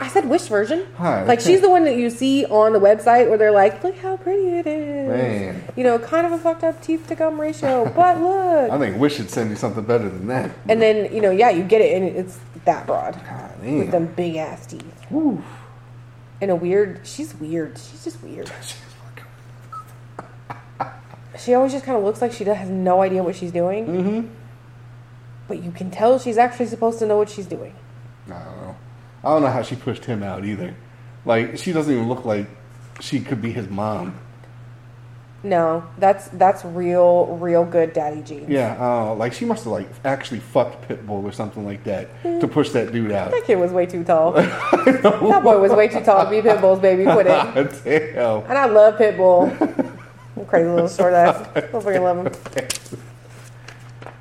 S2: I said Wish version.
S3: Hi,
S2: like
S3: okay.
S2: she's the one that you see on the website where they're like, look how pretty it is.
S3: Man.
S2: You know, kind of a fucked up teeth to gum ratio, but look.
S3: I think Wish should send you something better than that.
S2: And then, you know, yeah, you get it, and it's that broad
S3: God
S2: with
S3: damn.
S2: them big ass teeth.
S3: Woo.
S2: And a weird, she's weird. She's just weird.
S3: She's fucking-
S2: She always just kind of looks like she has no idea what she's doing. Mm-hmm. But you can tell she's actually supposed to know what she's doing.
S3: I don't know. I don't know how she pushed him out either. Like she doesn't even look like she could be his mom.
S2: No, that's that's real, real good daddy jeans.
S3: Yeah, I don't know. Like she must have like actually fucked Pitbull or something like that to
S2: Mm.
S3: push that dude out.
S2: That kid was way too tall. that boy was way too tall to be Pitbull's baby. Quit it.
S3: Damn.
S2: And I love Pitbull. I'm crazy little short ass. I freaking love him.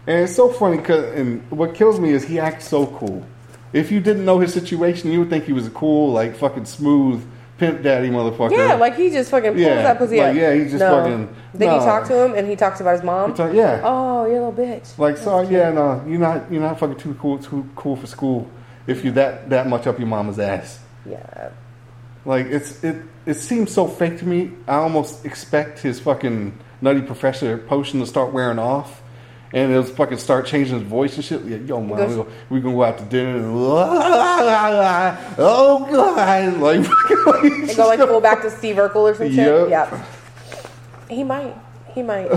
S3: And it's so funny because and what kills me is he acts so cool. If you didn't know his situation, you would think he was a cool, like fucking smooth pimp daddy motherfucker.
S2: Yeah, like he just fucking pulls
S3: Yeah,
S2: that pussy
S3: like,
S2: up.
S3: yeah, he just
S2: No.
S3: fucking-
S2: Then you
S3: no.
S2: talk to him and he talks about his mom.
S3: It's like, yeah.
S2: Oh, you little bitch.
S3: Like so, yeah, no, you're not, you're not fucking too cool, too cool for school if you're that that much up your mama's ass.
S2: Yeah.
S3: Like it's it it seems so fake to me. I almost expect his fucking nutty professor potion to start wearing off, and it'll fucking start changing his voice and shit. Yeah, yo, man,
S2: goes-
S3: we, go, we gonna go out to dinner. And oh god, like fucking.
S2: They go like pull back to Steve Urkel or some shit.
S3: Yep.
S2: Yep. He might. He might.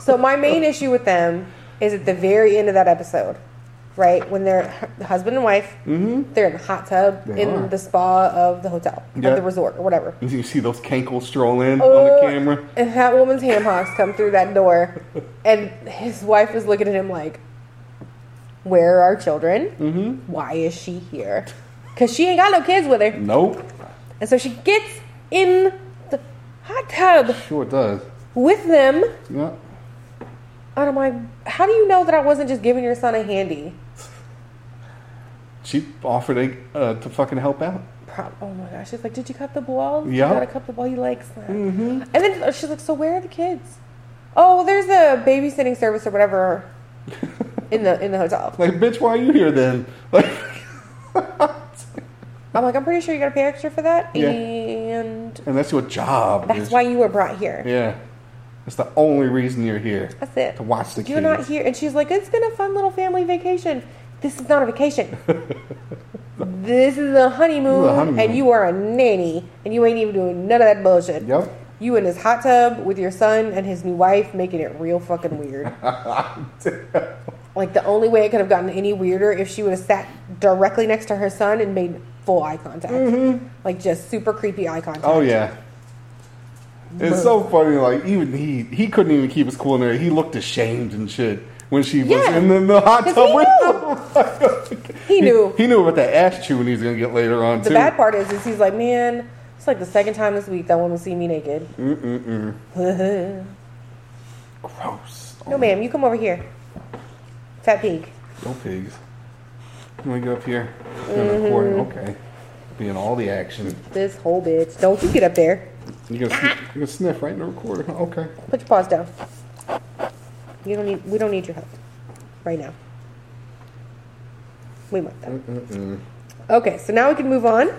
S2: so my main issue with them is at the very end of that episode, right when they're h- husband and wife, mm-hmm. they're in the hot tub
S3: They
S2: in
S3: are.
S2: the spa of the hotel,
S3: Yeah.
S2: of the resort or whatever.
S3: you see those cankles stroll in on
S2: Oh,
S3: the camera.
S2: And that woman's ham hocks come through that door, and his wife is looking at him like, "Where are our children? Mm-hmm. Why is she here? Because she ain't got no kids with her.
S3: Nope.
S2: And so she gets in the hot tub
S3: Sure does.
S2: with them.
S3: Yeah.
S2: And I'm like, how do you know that I wasn't just giving your son a handy?
S3: She offered a, uh, to fucking help out.
S2: Prob- oh my gosh. She's like, did you cut the ball?
S3: Yeah.
S2: You gotta cut the ball. He likes that. Mm-hmm. And then she's like, so where are the kids? Oh, well, there's a babysitting service or whatever in the in the hotel.
S3: Like, bitch, why are you here then?
S2: I'm
S3: Like,
S2: like, I'm pretty sure you gotta pay extra for that.
S3: Yeah.
S2: And
S3: and that's your job.
S2: that's
S3: bitch.
S2: why you were brought here.
S3: Yeah. That's the only reason you're here.
S2: That's it.
S3: To watch the
S2: You're not
S3: kids.
S2: here. And she's like, it's been a fun little family vacation. This is not a vacation. this is a honeymoon,
S3: This is a honeymoon.
S2: and you are a nanny, and you ain't even doing none of that bullshit.
S3: Yep.
S2: You in this hot tub with your son and his new wife, making it real fucking weird. like the only way it could have gotten any weirder if she would have sat directly next to her son and made full eye contact, like just super creepy eye contact.
S3: Mm-hmm. Oh yeah. It's so funny. Like even he he couldn't even keep his cool in there. He looked ashamed and shit when she was
S2: Yeah.
S3: in the, the hot
S2: 'Cause
S3: tub
S2: he
S3: with him.
S2: He knew.
S3: He, knew about that ass chewing he's gonna get later on
S2: The
S3: too.
S2: bad part is, is he's like, man, it's like the second time this week that woman's seen me naked. Mm-mm-mm.
S3: Gross. Oh,
S2: no, ma'am, you come over here. Fat pig.
S3: No pigs. Let me go up here. and
S2: Mm-hmm.
S3: record. Okay. Be in all the action.
S2: This whole bitch. Don't you get up there.
S3: You're gonna, sn- you're gonna sniff right in the recorder. Okay.
S2: Put your paws down. You don't need. We don't need your help right now. We want them. Okay, so now we can move on.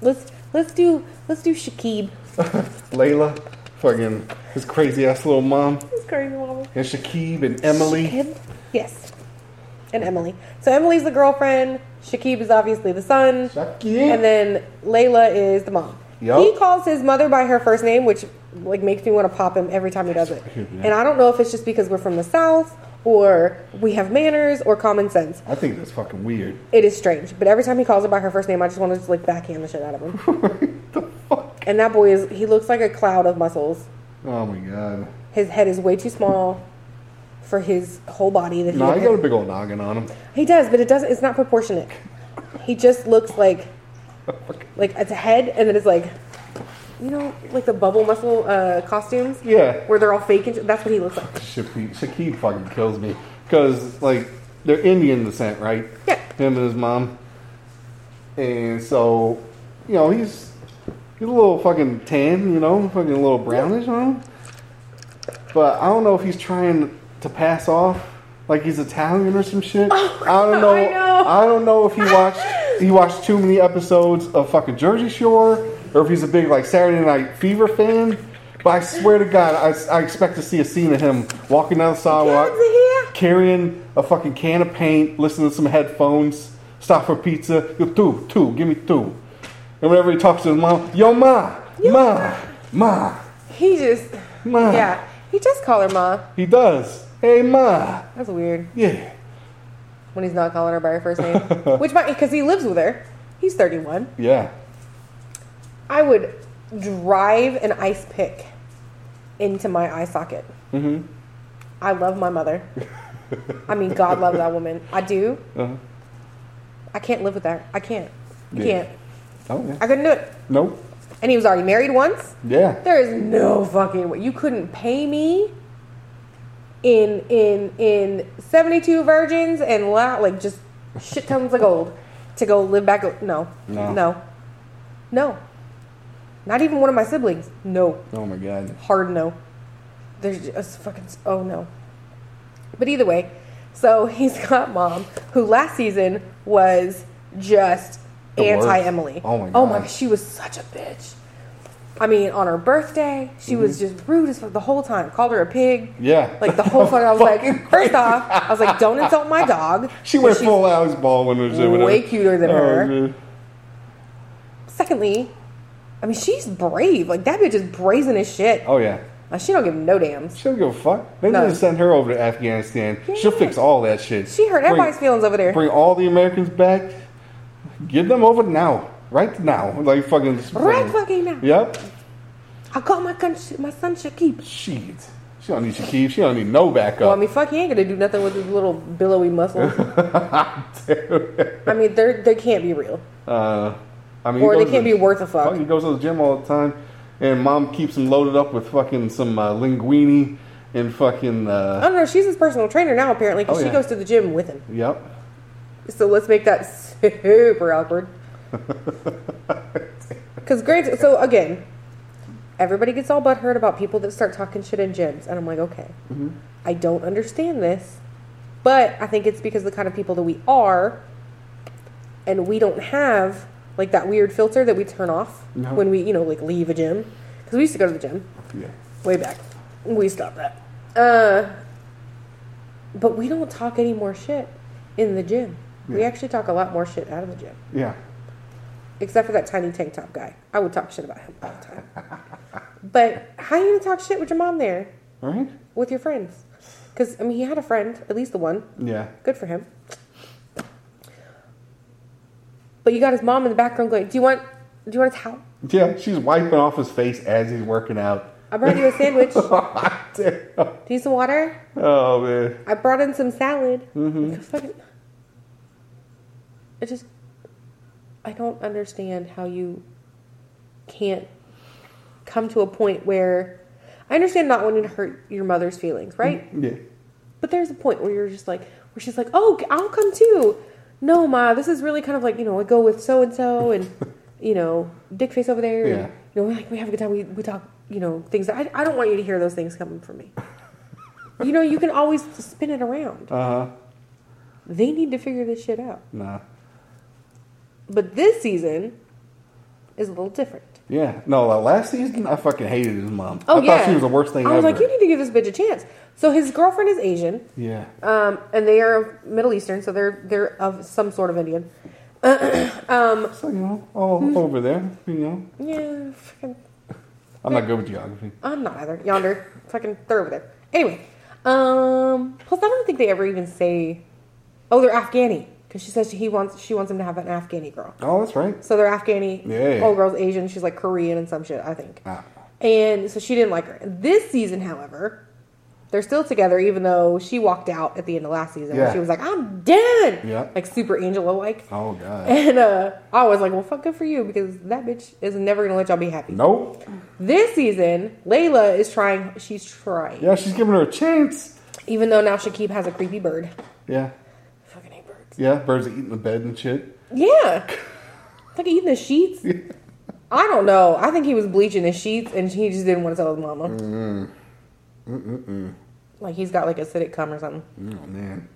S2: Let's let's do let's do Shakib.
S3: Layla, fucking his crazy ass little mom,
S2: That's crazy, mama.
S3: and Shakib and Emily.
S2: Shakib? Yes. And Emily. So Emily's the girlfriend. Shakib is obviously the son.
S3: Shakib.
S2: And then Layla is the mom.
S3: Yup.
S2: He calls his mother by her first name, which like makes me want to pop him every time he does it.
S3: Yeah.
S2: And I don't know if it's just because we're from the South or we have manners or common sense.
S3: I think that's fucking weird.
S2: It is strange. But every time he calls her by her first name, I just want to just like backhand the shit out of him.
S3: the fuck?
S2: and that boy is he looks like a cloud of muscles.
S3: Oh my god.
S2: His head is way too small for his whole body that he
S3: No, I
S2: had-
S3: got a big old noggin on him.
S2: He does, but it doesn't. It's not proportionate. He just looks like, like it's a head, and then it's like, you know, like the bubble muscle uh, costumes.
S3: Yeah.
S2: Where they're all fake, and sh- that's what he looks like.
S3: Shakib, Shakib fucking kills me. Because, like, they're Indian descent, right?
S2: Yeah.
S3: Him and his mom. And so, you know, he's he's a little fucking tan, you know, fucking a little brownish on him. But I don't know if he's trying to pass off like he's Italian or some shit. I don't know.
S2: Oh, I know.
S3: I don't know if he watched he watched too many episodes of fucking Jersey Shore or if he's a big like Saturday Night Fever fan. But I swear to God, I, I expect to see a scene of him walking down the sidewalk,
S2: Get out of here.
S3: carrying a fucking can of paint, listening to some headphones, stop for pizza. Yo, two, two, give me two. And whenever he talks to his mom, yo ma, ma, ma,
S2: He just,
S3: ma.
S2: yeah, he just call her ma.
S3: He does. Hey ma.
S2: That's weird
S3: Yeah.
S2: when he's not calling her by her first name, which might because he lives with her. He's thirty one.
S3: Yeah.
S2: I would drive an ice pick into my eye socket. Mm-hmm. I love my mother. I mean, God love that woman. I do.
S3: Uh-huh.
S2: I can't live with that. I can't. I
S3: Yeah.
S2: can't.
S3: Oh yeah.
S2: I couldn't do it.
S3: Nope.
S2: And he was already married once.
S3: Yeah.
S2: There is no fucking way. You couldn't pay me in in in seventy two virgins and la- like just shit tons of gold to go live back. No,
S3: No.
S2: no, no. Not even one of my siblings. No,
S3: Oh my god.
S2: hard no. There's just fucking oh no. But either way, so he's got mom who last season was just
S3: The worst.
S2: anti Emily.
S3: Oh my
S2: Oh my
S3: God.
S2: she was such a bitch. I mean, on her birthday, she was just rude as fuck the whole time. Called her a pig.
S3: Mm-hmm. Yeah.
S2: Like the whole fucking I was
S3: Fucking
S2: like, first
S3: crazy.
S2: off, I was like, don't insult my dog.
S3: She
S2: But
S3: went
S2: she's-
S3: full Alex Baldwin or shit.
S2: way
S3: whatever.
S2: cuter than
S3: Oh,
S2: her.
S3: man.
S2: Secondly, I mean, she's brave. Like that bitch is brazen as shit.
S3: Oh yeah.
S2: Like, she don't give no damns.
S3: She don't give a fuck. They
S2: No.
S3: need to send her over to Afghanistan. She'll
S2: Yeah.
S3: fix all that shit.
S2: She hurt
S3: Bring-
S2: everybody's feelings over there.
S3: Bring all the Americans back. Get them over now. Right now. Like fucking.
S2: Right fucking now.
S3: Yep.
S2: I got my gun, my son Shakib.
S3: Shit. She don't need Shaquille. She don't need no backup.
S2: Well, I mean, fuck, he ain't gonna do nothing with his little billowy muscles. I mean, they they can't be real,
S3: Uh, I mean,
S2: or
S3: he
S2: they
S3: goes
S2: can't
S3: to
S2: be
S3: the-
S2: worth a
S3: fuck,
S2: fuck.
S3: He goes to the gym all the time, and mom keeps him loaded up with fucking some uh, linguine and fucking.
S2: I
S3: Uh,
S2: don't know. She's his personal trainer now, apparently, because
S3: Oh,
S2: she
S3: yeah.
S2: goes to the gym with him.
S3: Yep.
S2: So let's make that super awkward. Because great. So again, everybody gets all butthurt about people that start talking shit in gyms, and I'm like, okay, I don't understand this, but I think it's because the kind of people that we are, and we don't have like that weird filter that we turn off
S3: No.
S2: when we, you know, like leave a gym. Because we used to go to the gym
S3: Yeah.
S2: way back. We stopped that. Uh, but we don't talk any more shit in the gym. We
S3: Yeah.
S2: actually talk a lot more shit out of the gym,
S3: Yeah.
S2: except for that tiny tank top guy. I would talk shit about him all the time. but how you gonna talk shit with your mom there
S3: Right?
S2: with your friends? Because I mean, he had a friend, at least the one.
S3: Yeah.
S2: Good for him. But you got his mom in the background going, "Do you want? Do you want a towel?
S3: Yeah. She's wiping off his face as he's working out.
S2: I brought you a sandwich. Do
S3: Damn.
S2: you need some water?"
S3: Oh man.
S2: I brought in some salad. Fucking- I just, I don't understand how you can't come to a point where I understand not wanting to hurt your mother's feelings, right?
S3: Yeah.
S2: But there's a point where you're just like, where she's like, "Oh, I'll come too." No, ma, this is really kind of like you know, I go with so and so, and you know, dick face over there.
S3: Yeah.
S2: And, you know, we like we have a good time. We we talk, you know, things. I I don't want you to hear those things coming from me. you know, you can always spin it around.
S3: Uh huh.
S2: They need to figure this shit out.
S3: Nah.
S2: But this season is a little different.
S3: Yeah. No. like, last season, I fucking hated his mom.
S2: Oh
S3: I
S2: yeah,
S3: thought she was the worst thing
S2: I was
S3: ever.
S2: like, you need to give this bitch a chance. So his girlfriend is Asian.
S3: yeah.
S2: um, and they are of Middle Eastern, so they're they're of some sort of Indian. Oh.
S3: So you know, all
S2: Hmm.
S3: over there. You know,
S2: Yeah, fucking,
S3: I'm not good with geography.
S2: I'm not either. Yonder, fucking, they're over there. Anyway, um, plus I don't think they ever even say, oh, they're Afghani, because she says he wants she wants him to have an Afghani girl.
S3: Oh, that's right.
S2: So they're Afghani.
S3: Yeah.
S2: Old girl's Asian. She's like Korean and some shit, I think.
S3: Ah.
S2: And so she didn't like her. This season, however, they're still together, even though she walked out at the end of last season.
S3: Yeah.
S2: She was like, I'm done.
S3: Yeah.
S2: Like super Angela like.
S3: Oh god.
S2: And uh, I was like, well, fuck, good for you because that bitch is never gonna let y'all be happy.
S3: Nope.
S2: This season, Layla is trying. She's trying,
S3: Yeah, she's giving her a chance.
S2: even though now Shakib has a creepy bird.
S3: Yeah.
S2: Fucking hate birds.
S3: Yeah, birds are eating the bed and shit.
S2: Yeah, like eating the sheets. I don't know. I think he was bleaching the sheets, and he just didn't want to tell his mama. Mm-mm. Like he's got like acidic cum or something.
S3: Oh man.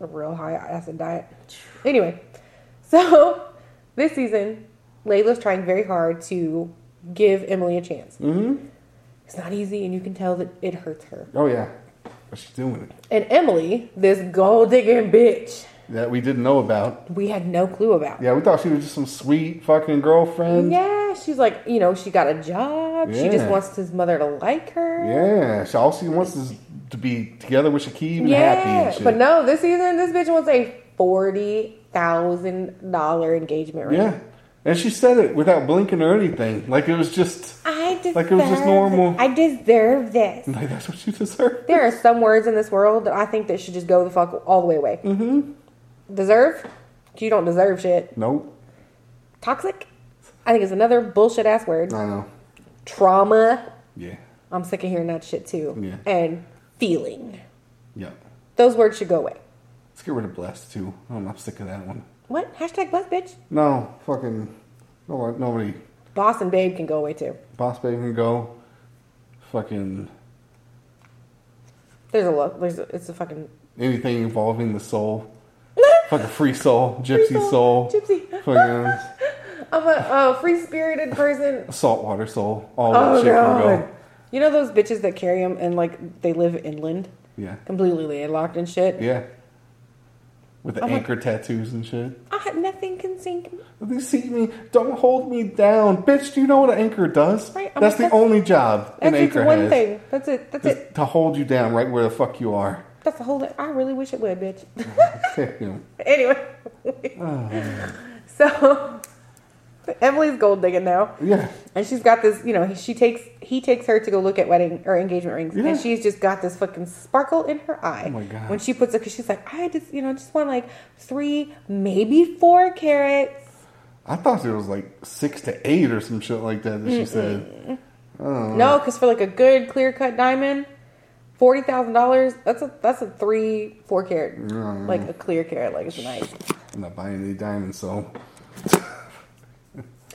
S2: a real high acid diet. Anyway, so this season, Layla's trying very hard to give Emily a chance. Mm-hmm. It's not easy, and you can tell that it hurts her.
S3: Oh yeah. But she's doing it.
S2: And Emily, this gold digging bitch,
S3: That we didn't know about.
S2: we had no clue about.
S3: Yeah, we thought she was just some sweet fucking girlfriend.
S2: Yeah, she's like, you know, she got a job. She just
S3: Um, Yeah.
S2: wants his mother to like her.
S3: Yeah. She all she wants is to be together with Shakib and happy and shit.
S2: but no, this season, this bitch wants a forty thousand dollar engagement ring.
S3: Yeah. And she said it without blinking or anything. Like it was just
S2: I deserve
S3: Like it was just normal.
S2: I deserve this.
S3: like that's what she deserved.
S2: There are some words in this world that I think that should just go the fuck all the way away. Mm-hmm. Deserve? You don't deserve shit.
S3: Nope.
S2: Toxic? I think is another bullshit ass word.
S3: I know.
S2: Trauma.
S3: Yeah.
S2: I'm sick of hearing that shit too.
S3: Yeah.
S2: And feeling.
S3: Yeah.
S2: Those words should go away.
S3: Let's get rid of blessed too. Oh, I'm not sick of that one.
S2: What? Hashtag blessed bitch.
S3: No, fucking no nobody
S2: Boss and babe can go away too.
S3: Boss Baby can go. Fucking
S2: There's a look. There's a, it's a fucking
S3: anything involving the soul. fucking free soul, gypsy
S2: soul,
S3: soul,
S2: gypsy.
S3: fucking
S2: I'm a, a free spirited person.
S3: saltwater soul. All that
S2: Oh,
S3: shit can go.
S2: You know those bitches that carry them and like they live inland,
S3: Yeah,
S2: completely landlocked and shit.
S3: yeah. With the
S2: I'm like-
S3: anchor tattoos and shit.
S2: Ah, nothing can sink me.
S3: You see me? Don't hold me down, bitch. Do you know what an anchor does?
S2: Right, I'm
S3: that's
S2: like,
S3: the
S2: that's-
S3: only job
S2: That's
S3: an
S2: it's
S3: anchor
S2: one
S3: has.
S2: thing. That's it. That's
S3: is
S2: it.
S3: to hold you down right where the fuck you are.
S2: That's the whole. thing. I really wish it would, bitch.
S3: Mm-hmm. You know,
S2: anyway, so Emily's gold digging now.
S3: Yeah.
S2: And she's got this, you know, she takes he takes her to go look at wedding or engagement rings,
S3: Yeah.
S2: and she's just got this fucking sparkle in her eye.
S3: Oh my God.
S2: When she puts it, because she's like, I just, you know, just want like three, maybe four carats.
S3: I thought it was like six to eight or some shit like that that she said. Uh.
S2: No, because for like a good clear cut diamond, forty thousand dollars. That's a that's a three four carat,
S3: Uh.
S2: like a clear carat, like it's a nice.
S3: I'm not buying any diamonds, so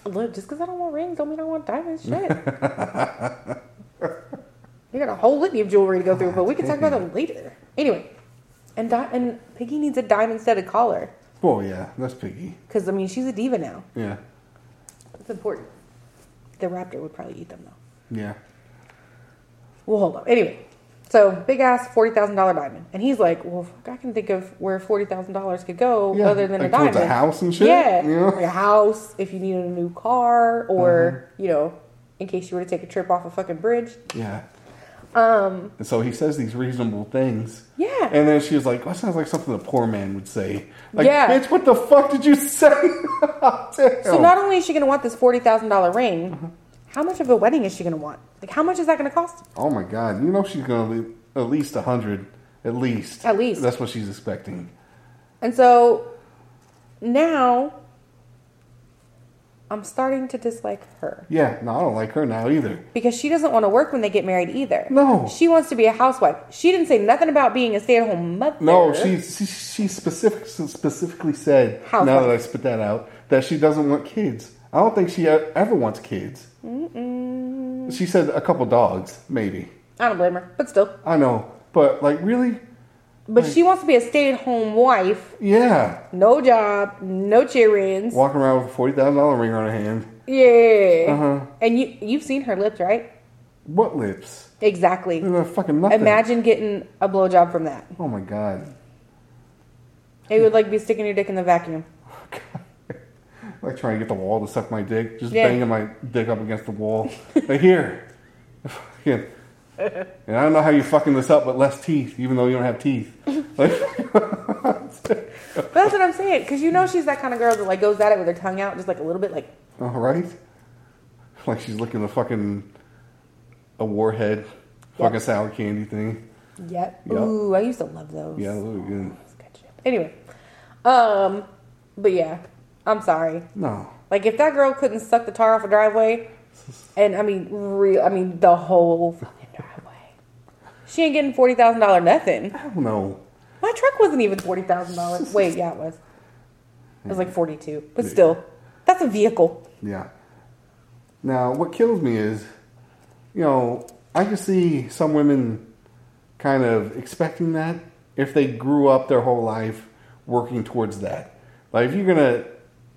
S2: Look, just because I don't want rings, don't mean I want diamonds. Shit. you got a whole litany of jewelry to go through, but we can talk about that later. Anyway, and di- and Piggy needs a diamond studded collar
S3: well, yeah, that's piggy.
S2: because I mean she's a diva now.
S3: Yeah,
S2: It's important. The raptor would probably eat them though.
S3: yeah.
S2: Well, hold on. Anyway, so big ass forty thousand dollar diamond, and he's like, "Well, fuck, I can think of where forty thousand dollars could go
S3: Yeah,
S2: other than
S3: like
S2: a diamond,
S3: towards a house and shit,
S2: Yeah,
S3: you know? Uh-huh.
S2: Like a house. If you need a new car, or you know, in case you were to take a trip off a fucking bridge.
S3: Yeah.
S2: Um,
S3: And so he says these reasonable things.
S2: Yeah.
S3: And then she was like, that sounds like something a poor man would say. Like,
S2: Yeah.
S3: bitch, what the fuck did you say?
S2: so
S3: Oh.
S2: not only is she going to want this forty thousand dollar ring,
S3: Mm-hmm.
S2: how much of a wedding is she going to want? Like, how much is that going to cost?
S3: oh my God. You know she's going to at least a 100. At least.
S2: At least.
S3: That's what she's expecting.
S2: And so now, I'm starting to dislike her.
S3: Yeah. No, I don't like her now either.
S2: because she doesn't want to work when they get married either.
S3: No.
S2: She wants to be a housewife. She didn't say nothing about being a stay-at-home mother.
S3: No, she, she, she specific, specifically said,
S2: Housewife.
S3: now that I spit that out, that she doesn't want kids. I don't think she e- ever wants kids. Mm-mm. She said a couple dogs, maybe.
S2: I don't blame her, but still.
S3: I know. But, like, really?
S2: But she wants to be a stay-at-home wife,
S3: Yeah.
S2: no job, no cheerings.
S3: Walking around with a forty thousand dollar ring on her hand.
S2: Yeah.
S3: Uh-huh.
S2: And you you've seen her lips, right?
S3: What lips?
S2: Exactly.
S3: They're fucking nothing.
S2: Imagine getting a blowjob from that.
S3: Oh my god.
S2: It would like be sticking your dick in the vacuum.
S3: Like trying to get the wall to suck my dick, just
S2: Yeah.
S3: banging my dick up against the wall. like here. Fucking. And I don't know how you're fucking this up with less teeth, even though you don't have teeth. Like,
S2: But that's what I'm saying, because you know she's that kind of girl that like goes at it with her tongue out, just like a little bit, like
S3: all right. Like she's looking at a fucking a warhead, fucking sour candy thing.
S2: yep.
S3: Yep.
S2: Ooh, I used to love those.
S3: Yeah, those are good.
S2: That's good shit. Anyway, um, but yeah, I'm sorry.
S3: No,
S2: Like if that girl couldn't suck the tar off a driveway, and I mean real, I mean the whole fucking driveway, she ain't getting forty thousand dollar nothing.
S3: I don't know.
S2: My truck wasn't even forty thousand dollars. Wait, yeah, it was. It was like forty two, but
S3: Yeah.
S2: still, that's a vehicle.
S3: Yeah. Now, what kills me is, you know, I can see some women kind of expecting that if they grew up their whole life working towards that. Like, if you're gonna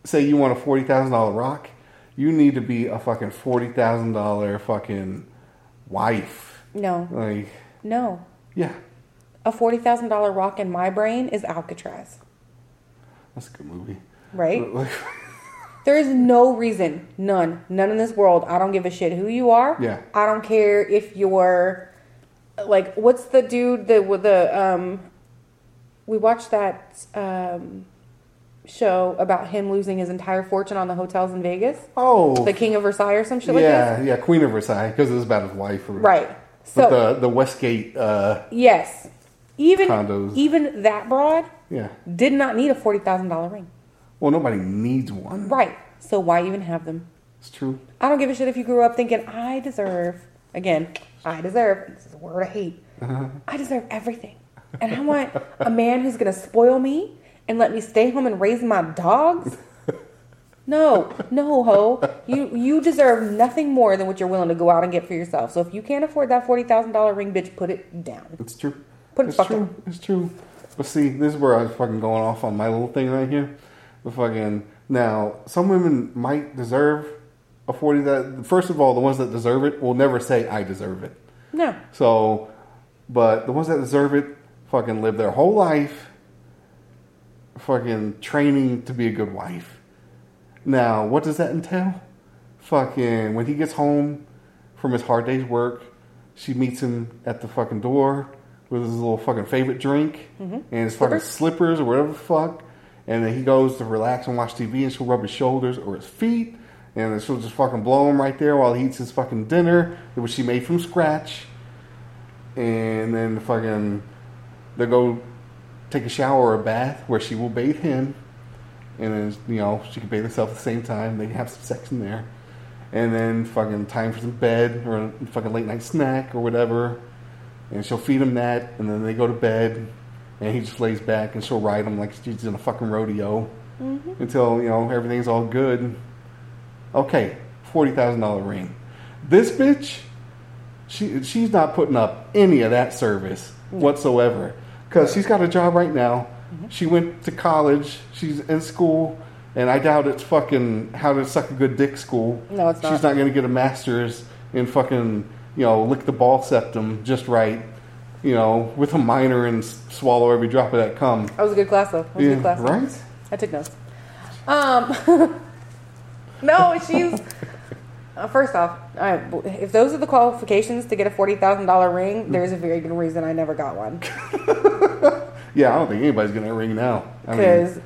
S3: say you want a forty thousand dollar rock, you need to be a fucking forty thousand dollar fucking wife.
S2: No,
S3: Like,
S2: no,
S3: yeah,
S2: a forty thousand dollar rock in my brain is Alcatraz,
S3: that's a good movie.
S2: right?
S3: Like,
S2: There is no reason, none, none in this world. I don't give a shit who you are.
S3: Yeah.
S2: I don't care if you're, like, what's the dude that with the um, we watched that um, show about him losing his entire fortune on the hotels in Vegas,
S3: oh,
S2: the King of Versailles or some shit like
S3: yeah,
S2: that.
S3: yeah, Queen of Versailles because it was about his wife, or-
S2: Right.
S3: But
S2: So
S3: the the Westgate, uh,
S2: yes, even
S3: Condos.
S2: even that broad
S3: yeah.
S2: did not need a forty thousand dollar ring.
S3: Well, nobody needs one.
S2: Right. So why even have them?
S3: It's true.
S2: I don't give a shit if you grew up thinking I deserve. Again, I deserve. This is a word I hate. I deserve everything, and I want a man who's gonna spoil me and let me stay home and raise my dogs. No, no, ho. You you deserve nothing more than what you're willing to go out and get for yourself. So if you can't afford that forty thousand dollar ring, bitch, put it down.
S3: It's true.
S2: Put it
S3: it's
S2: fuck
S3: true. It's true. But see, this is where I was fucking going off on my little thing right here. The fucking now, some women might deserve a forty. That first of all, the ones that deserve it will never say I deserve it.
S2: No,
S3: So, but the ones that deserve it fucking live their whole life fucking training to be a good wife. Now, what does that entail? Fucking, when he gets home from his hard day's work, she meets him at the fucking door with his little fucking favorite drink and his fucking
S2: Slippers.
S3: slippers or whatever the fuck. And then he goes to relax and watch TV and she'll rub his shoulders or his feet And then she'll just fucking blow him right there while he eats his fucking dinner, which she made from scratch. And then fucking they'll go take a shower or a bath where she will bathe him. And then, you know, she can bathe herself at the same time. They can have some sex in there. And then fucking time for some bed or a fucking late night snack or whatever. And she'll feed him that. And then they go to bed. And he just lays back and she'll ride him like she's in a fucking rodeo until, you know, everything's all good. Okay, $40,000 ring. This bitch, she, she's not putting up any of that service whatsoever because she's got a job right now.
S2: Mm-hmm.
S3: She went to college. She's in school, and I doubt it's fucking how to suck a good dick school.
S2: No, it's not.
S3: She's not going to get a master's in fucking you know lick the ball septum just right. You know, with a minor and s- swallow every drop of that cum.
S2: That was a good class though. That was a good class.
S3: right?
S2: I took notes. Um, no, she's. Uh, first off, I, if those are the qualifications to get a forty thousand dollar ring, there's a very good reason I never got one.
S3: Yeah, I don't think anybody's going to ring now. I mean,
S2: Because,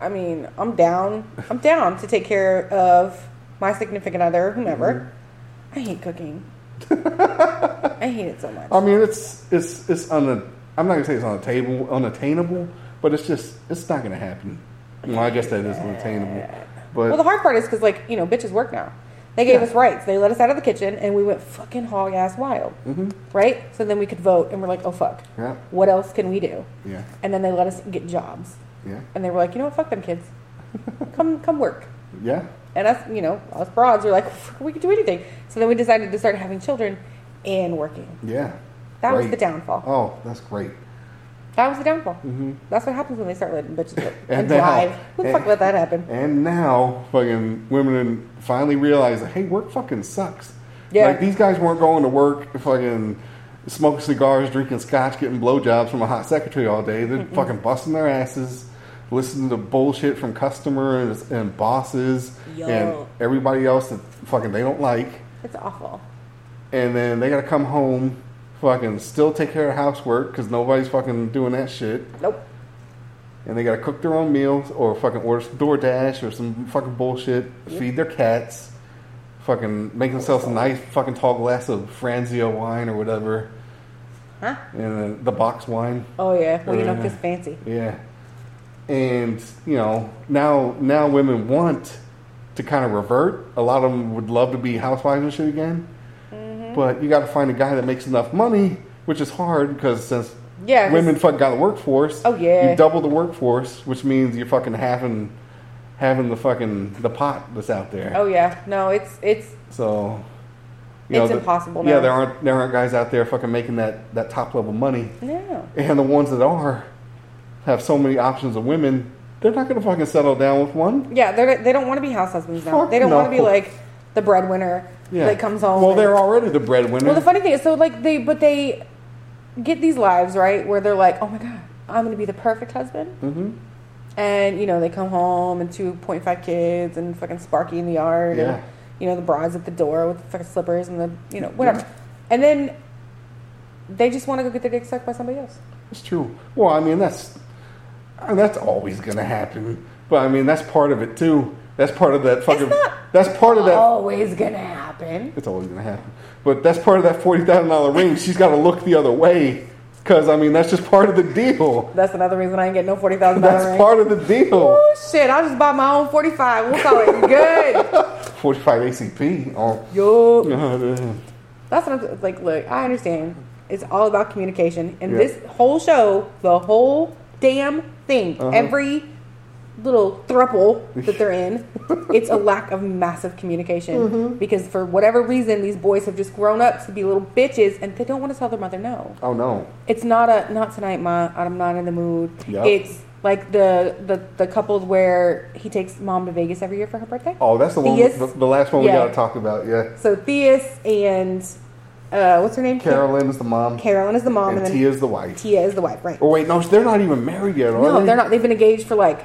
S2: I mean, I'm down. I'm down to take care of my significant other, whomever.
S3: Mm-hmm.
S2: I hate cooking. I hate it so much.
S3: I mean, it's it's it's on the. I'm not gonna say it's on the table, unattainable, but it's just it's not gonna happen. Well, I guess that is unattainable, but
S2: well, the hard part is because, like, you know, bitches work now. They gave
S3: Yeah.
S2: us rights. They let us out of the kitchen, and we went fucking hog ass wild, right? So then we could vote, and we're like, oh fuck,
S3: Mm-hmm. Yeah.
S2: what else can we do?
S3: yeah,
S2: And then they let us get jobs,
S3: yeah,
S2: and they were like, you know what, fuck them kids, come come work.
S3: yeah.
S2: And us, you know, us broads were like, "Fuck, we could do anything. So then we decided to start having children and working.
S3: Yeah.
S2: That was
S3: Great.
S2: the downfall.
S3: Oh, that's great.
S2: That was the downfall. That's what happens when they start letting bitches live and,
S3: Mm-hmm. And now-
S2: drive. Who the
S3: and-
S2: fuck let that happen?
S3: And now, fucking women finally realize that hey, work fucking sucks.
S2: Yeah.
S3: Like these guys weren't going to work, fucking smoking cigars, drinking scotch, getting blowjobs from a hot secretary all day. They're fucking busting their asses, listening to bullshit from customers and bosses
S2: Yo.
S3: and everybody else that fucking they don't like.
S2: It's awful.
S3: and then they gotta come home, fucking still take care of housework because nobody's fucking doing that shit,
S2: Nope.
S3: and they gotta cook their own meals or fucking order some DoorDash or some fucking bullshit, feed their cats, fucking make themselves a nice fucking tall glass of Franzia wine or whatever,
S2: Huh?
S3: and uh, the box wine,
S2: Oh yeah. Well, you know,
S3: Yeah.
S2: because fancy.
S3: yeah. And you know now now women want to kind of revert. A lot of them would love to be housewives and shit again. But you got to find a guy that makes enough money, which is hard because since
S2: Yeah, 'cause-
S3: women fuck got a workforce,
S2: Oh, yeah.
S3: you double the workforce, which means you're fucking having having the fucking the pot that's out there.
S2: Oh yeah. No, it's it's
S3: So
S2: It's impossible
S3: Yeah,
S2: now.
S3: there aren't there aren't guys out there fucking making that that top level money,
S2: no.
S3: and the ones that are have so many options of women. They're not gonna fucking settle down with one.
S2: Yeah, they they don't want to be house husbands now.
S3: Fuck
S2: they don't want to be
S3: no.
S2: like the breadwinner that comes home.
S3: Well,
S2: and-
S3: they're already the breadwinner.
S2: Well, the funny thing is, so like they, but they get these lives right where they're like, oh my god, I'm gonna be the perfect husband,
S3: mm-hmm.
S2: and you know they come home and 2.5 kids and fucking Sparky in the yard,
S3: Yeah.
S2: and you know the bras at the door with the fucking slippers and the you know whatever, and then they just want to go get their dick sucked by somebody else.
S3: It's true. Well, I mean that's I mean, that's always gonna happen. But I mean that's part of it too. That's part of that fucking.
S2: not
S3: that's part of that.
S2: Always gonna happen.
S3: It's always gonna happen. But that's part of that forty thousand dollar ring. She's got to look the other way because I mean that's just part of the deal.
S2: That's another reason I ain't getting no forty thousand dollars.
S3: That's part of the deal.
S2: Oh shit! I just bought my own forty-five. We'll call it good.
S3: Forty five ACP. Oh,
S2: Yo.
S3: God.
S2: That's what I'm like. Look, I understand. It's all about communication, and
S3: Yeah.
S2: this whole show, the whole damn thing,
S3: Uh-huh.
S2: every little thruple that they're in, it's a lack of massive communication
S3: Mm-hmm.
S2: because for whatever reason, these boys have just grown up to be little bitches, and they don't want to tell their mother no.
S3: oh no.
S2: It's not a not tonight, ma. I'm not in the mood.
S3: Yep.
S2: It's like the, the the couples where he takes mom to Vegas every year for her birthday.
S3: Oh, that's the one.
S2: Theus.
S3: The, the last one we
S2: Yeah.
S3: got to talk about. Yeah,
S2: So Theus and uh, what's her name?
S3: Carolyn is the mom,
S2: Carolyn is the mom, and,
S3: and
S2: then
S3: Tia's the wife.
S2: Tia is the wife, right?
S3: Or wait, no, they're not even married yet, are
S2: no,
S3: they?
S2: they're not. They've been engaged for like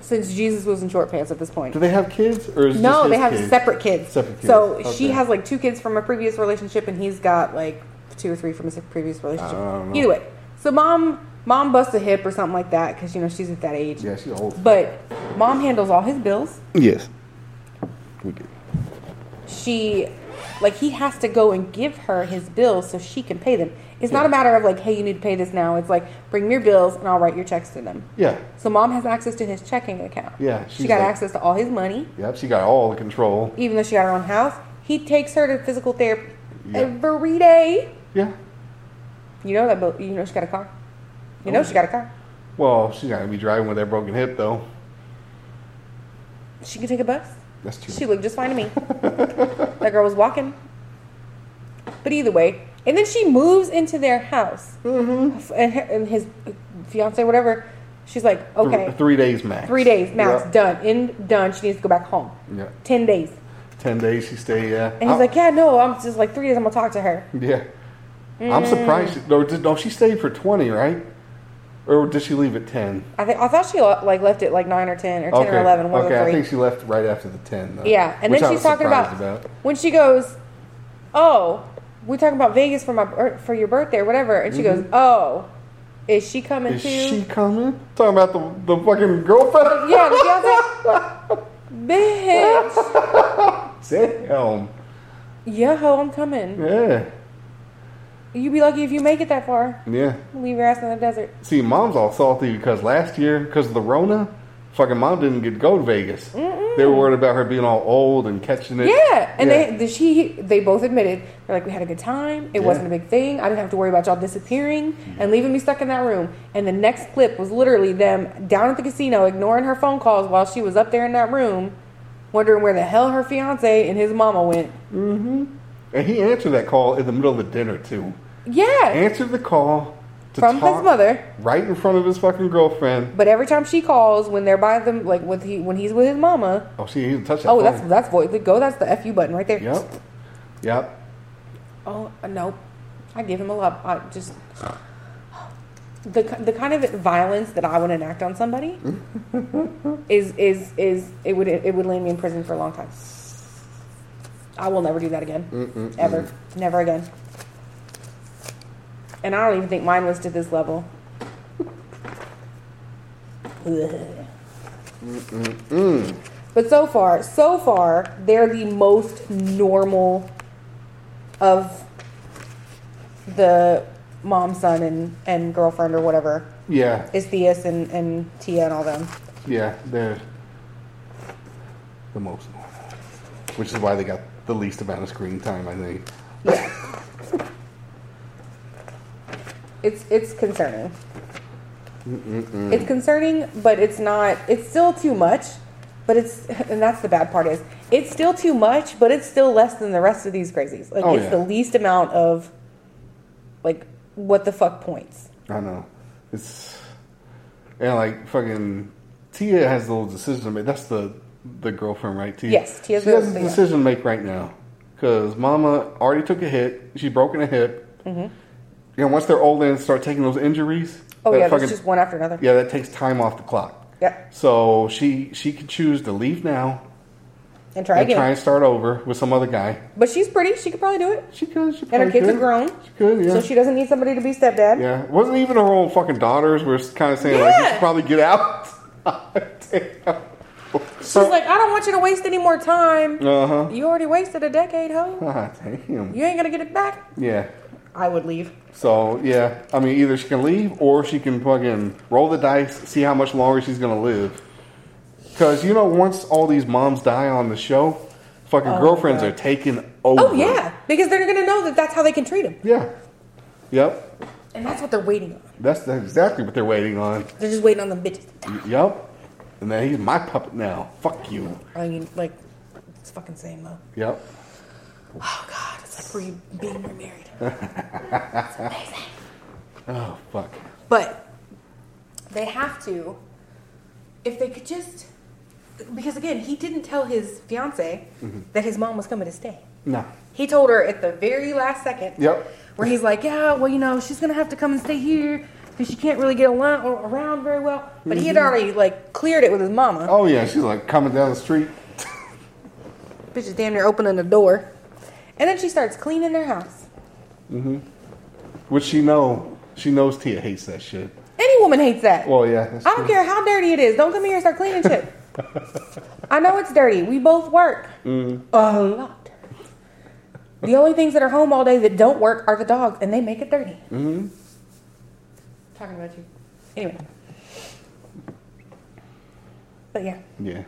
S2: since Jesus was in short pants at this point.
S3: Do they have kids, or is it just
S2: No,
S3: his
S2: they have
S3: kids?
S2: separate kids.
S3: Separate kids,
S2: So
S3: okay.
S2: she has like two kids from a previous relationship, and he's got like two or three from his previous relationship.
S3: I don't know.
S2: Either way, so mom mom busts a hip or something like that because you know she's at that age.
S3: Yeah, she's old.
S2: But mom handles all his bills.
S3: Yes. We do.
S2: she like he has to go and give her his bills so she can pay them. It's not
S3: Yeah.
S2: a matter of like, hey, you need to pay this now. It's like bring your bills and I'll write your checks to them.
S3: Yeah.
S2: So mom has access to his checking account.
S3: Yeah,
S2: She
S3: she's
S2: got
S3: like-
S2: access to all his money,
S3: Yep. She got all the control.
S2: even though she got her own house. He takes her to physical therapy
S3: Yeah.
S2: every day.
S3: Yeah.
S2: You know that bo- you know she got a car. You
S3: Oh,
S2: know she got a car.
S3: Well, she's not gonna be driving with that broken hip though.
S2: She can take a bus.
S3: That's true.
S2: She looked just fine to me. that girl was walking. But either way, and then she moves into their house, mm-hmm. and, her, and his fiance, whatever. She's like,
S3: Th-
S2: okay,
S3: three days max.
S2: three days max,
S3: Yep.
S2: done, in done. She needs to go back home.
S3: Yeah.
S2: Ten days,
S3: Ten days she stayed. Yeah.
S2: and he's
S3: I-
S2: like, yeah, no, I'm just like three days. I'm gonna talk to her.
S3: Yeah.
S2: Mm.
S3: I'm surprised. She, no, did, no, she stayed for 20, right? Or did she leave at 10?
S2: I think I thought she lo- like left it like nine or ten or ten or eleven, one
S3: okay,
S2: of the
S3: I
S2: three.
S3: think she left right after the 10. Though,
S2: Yeah, and
S3: which I
S2: then she's
S3: was
S2: talking about,
S3: surprised
S2: when she goes, "Oh, we talking about Vegas for my bir- for your birthday or whatever," and she goes, "Oh, is she coming
S3: Mm-hmm. Is
S2: too?"
S3: she coming? Talking about the, the fucking girlfriend?
S2: yeah, the fiance. Bitch,
S3: Damn.
S2: yeah, ho, I'm coming.
S3: Yeah.
S2: You be lucky if you make it that far.
S3: Yeah.
S2: Leave your ass in the desert.
S3: See, mom's all salty because last year, because of the Rona, fucking mom didn't get to go to Vegas. They were worried about her being all old and catching it.
S2: Yeah, and
S3: Yeah.
S2: they the, she they both admitted they're like we had a good time. It
S3: Yeah. Mm.
S2: wasn't a big thing. I didn't have to worry about y'all disappearing and leaving me stuck in that room. And the next clip was literally them down at the casino ignoring her phone calls while she was up there in that room, wondering where the hell her fiance and his mama went.
S3: And he answered that call in the middle of the dinner, too.
S2: Yeah,
S3: Answered the call to
S2: from
S3: talk
S2: his mother.
S3: right in front of his fucking girlfriend.
S2: But every time she calls when they're by them, like with he when he's with his mama.
S3: Oh, she didn't touch that.
S2: Oh,
S3: phone.
S2: that's that's void. Go. That's the fu button right there.
S3: Yep. Yep.
S2: Oh no, I give him a lot. I just the ki- the kind of violence that I would enact on somebody is is is it would it would land me in prison for a long time. I will never do that again, ever, never again. And I don't even think mine was to this level. Ugh. But so far, so far, they're the most normal of the mom, son, and, and girlfriend or whatever
S3: Yeah.
S2: is Theus and, and Tia and all them.
S3: Yeah. They're the most normal. Which is why they got the least amount of screen time, I think.
S2: Yeah. it's it's concerning. It's concerning, but it's not. It's still too much. But it's and that's the bad part is it's still too much, but it's still less than the rest of these crazies. Like
S3: Oh,
S2: it's
S3: yeah.
S2: the least amount of like what the fuck points.
S3: I know. It's and like fucking Tia has the little decision to make. That's the the girlfriend, right? Tia.
S2: Yes, Tia's
S3: she
S2: the-
S3: has a
S2: yeah.
S3: decision to make right now because Mama already took a hit. She's broken a hip. Mm-hmm. And once they're older and start taking those injuries,
S2: Oh
S3: that
S2: yeah,
S3: fucking-
S2: there's just one after another.
S3: Yeah, that takes time off the clock.
S2: Yep.
S3: So she she could choose to leave now
S2: And try
S3: and
S2: again.
S3: try and start over with some other guy.
S2: But she's pretty. She could probably do it.
S3: She could. She
S2: And her
S3: probably
S2: kids
S3: could.
S2: are grown.
S3: She could. Yeah.
S2: So she doesn't need somebody to be stepdad.
S3: yeah. It wasn't even her own fucking daughters were kind of saying like you
S2: Yeah.
S3: should probably get out. Damn.
S2: She's like, I don't want you to waste any more time.
S3: uh huh.
S2: You already wasted a decade, ho.
S3: Ah, damn.
S2: You ain't gonna get it back.
S3: Yeah.
S2: I would leave.
S3: So yeah, I mean either she can leave or she can fucking roll the dice, see how much longer she's gonna live. Cause you know once all these moms die on the show, fucking girlfriends
S2: Oh God.
S3: are taking over.
S2: Oh yeah, because they're gonna know that that's how they can treat him,
S3: Yeah. Yep.
S2: and that's what they're waiting on.
S3: That's, that's exactly what they're waiting on.
S2: They're just waiting on the bitches.
S3: Yep. And then he's my puppet now. Fuck you.
S2: I mean, like, it's fucking same though.
S3: Yep.
S2: Oh god, it's like re- being remarried.
S3: Oh fuck.
S2: But they have to, if they could just, because again, he didn't tell his fiance that his mom was coming to stay.
S3: No.
S2: He told her at the very last second.
S3: Yep.
S2: Where he's like, yeah, well, you know, she's gonna have to come and stay here because she can't really get along or around very well. But he had already like cleared it with his mama.
S3: Mm-hmm. Oh yeah, she's like coming down the street.
S2: Bitch is damn near opening the door, and then she starts cleaning their house.
S3: Which she know she knows Tia hates that shit.
S2: Any woman hates that.
S3: Well yeah. that's
S2: I don't
S3: true.
S2: care how dirty it is. Don't come here and start cleaning shit. I know it's dirty. We both work a lot. The only things that are home all day that don't work are the dogs, and they make it dirty. Mm-hmm. Talking about you. Anyway. But yeah.
S3: Yeah.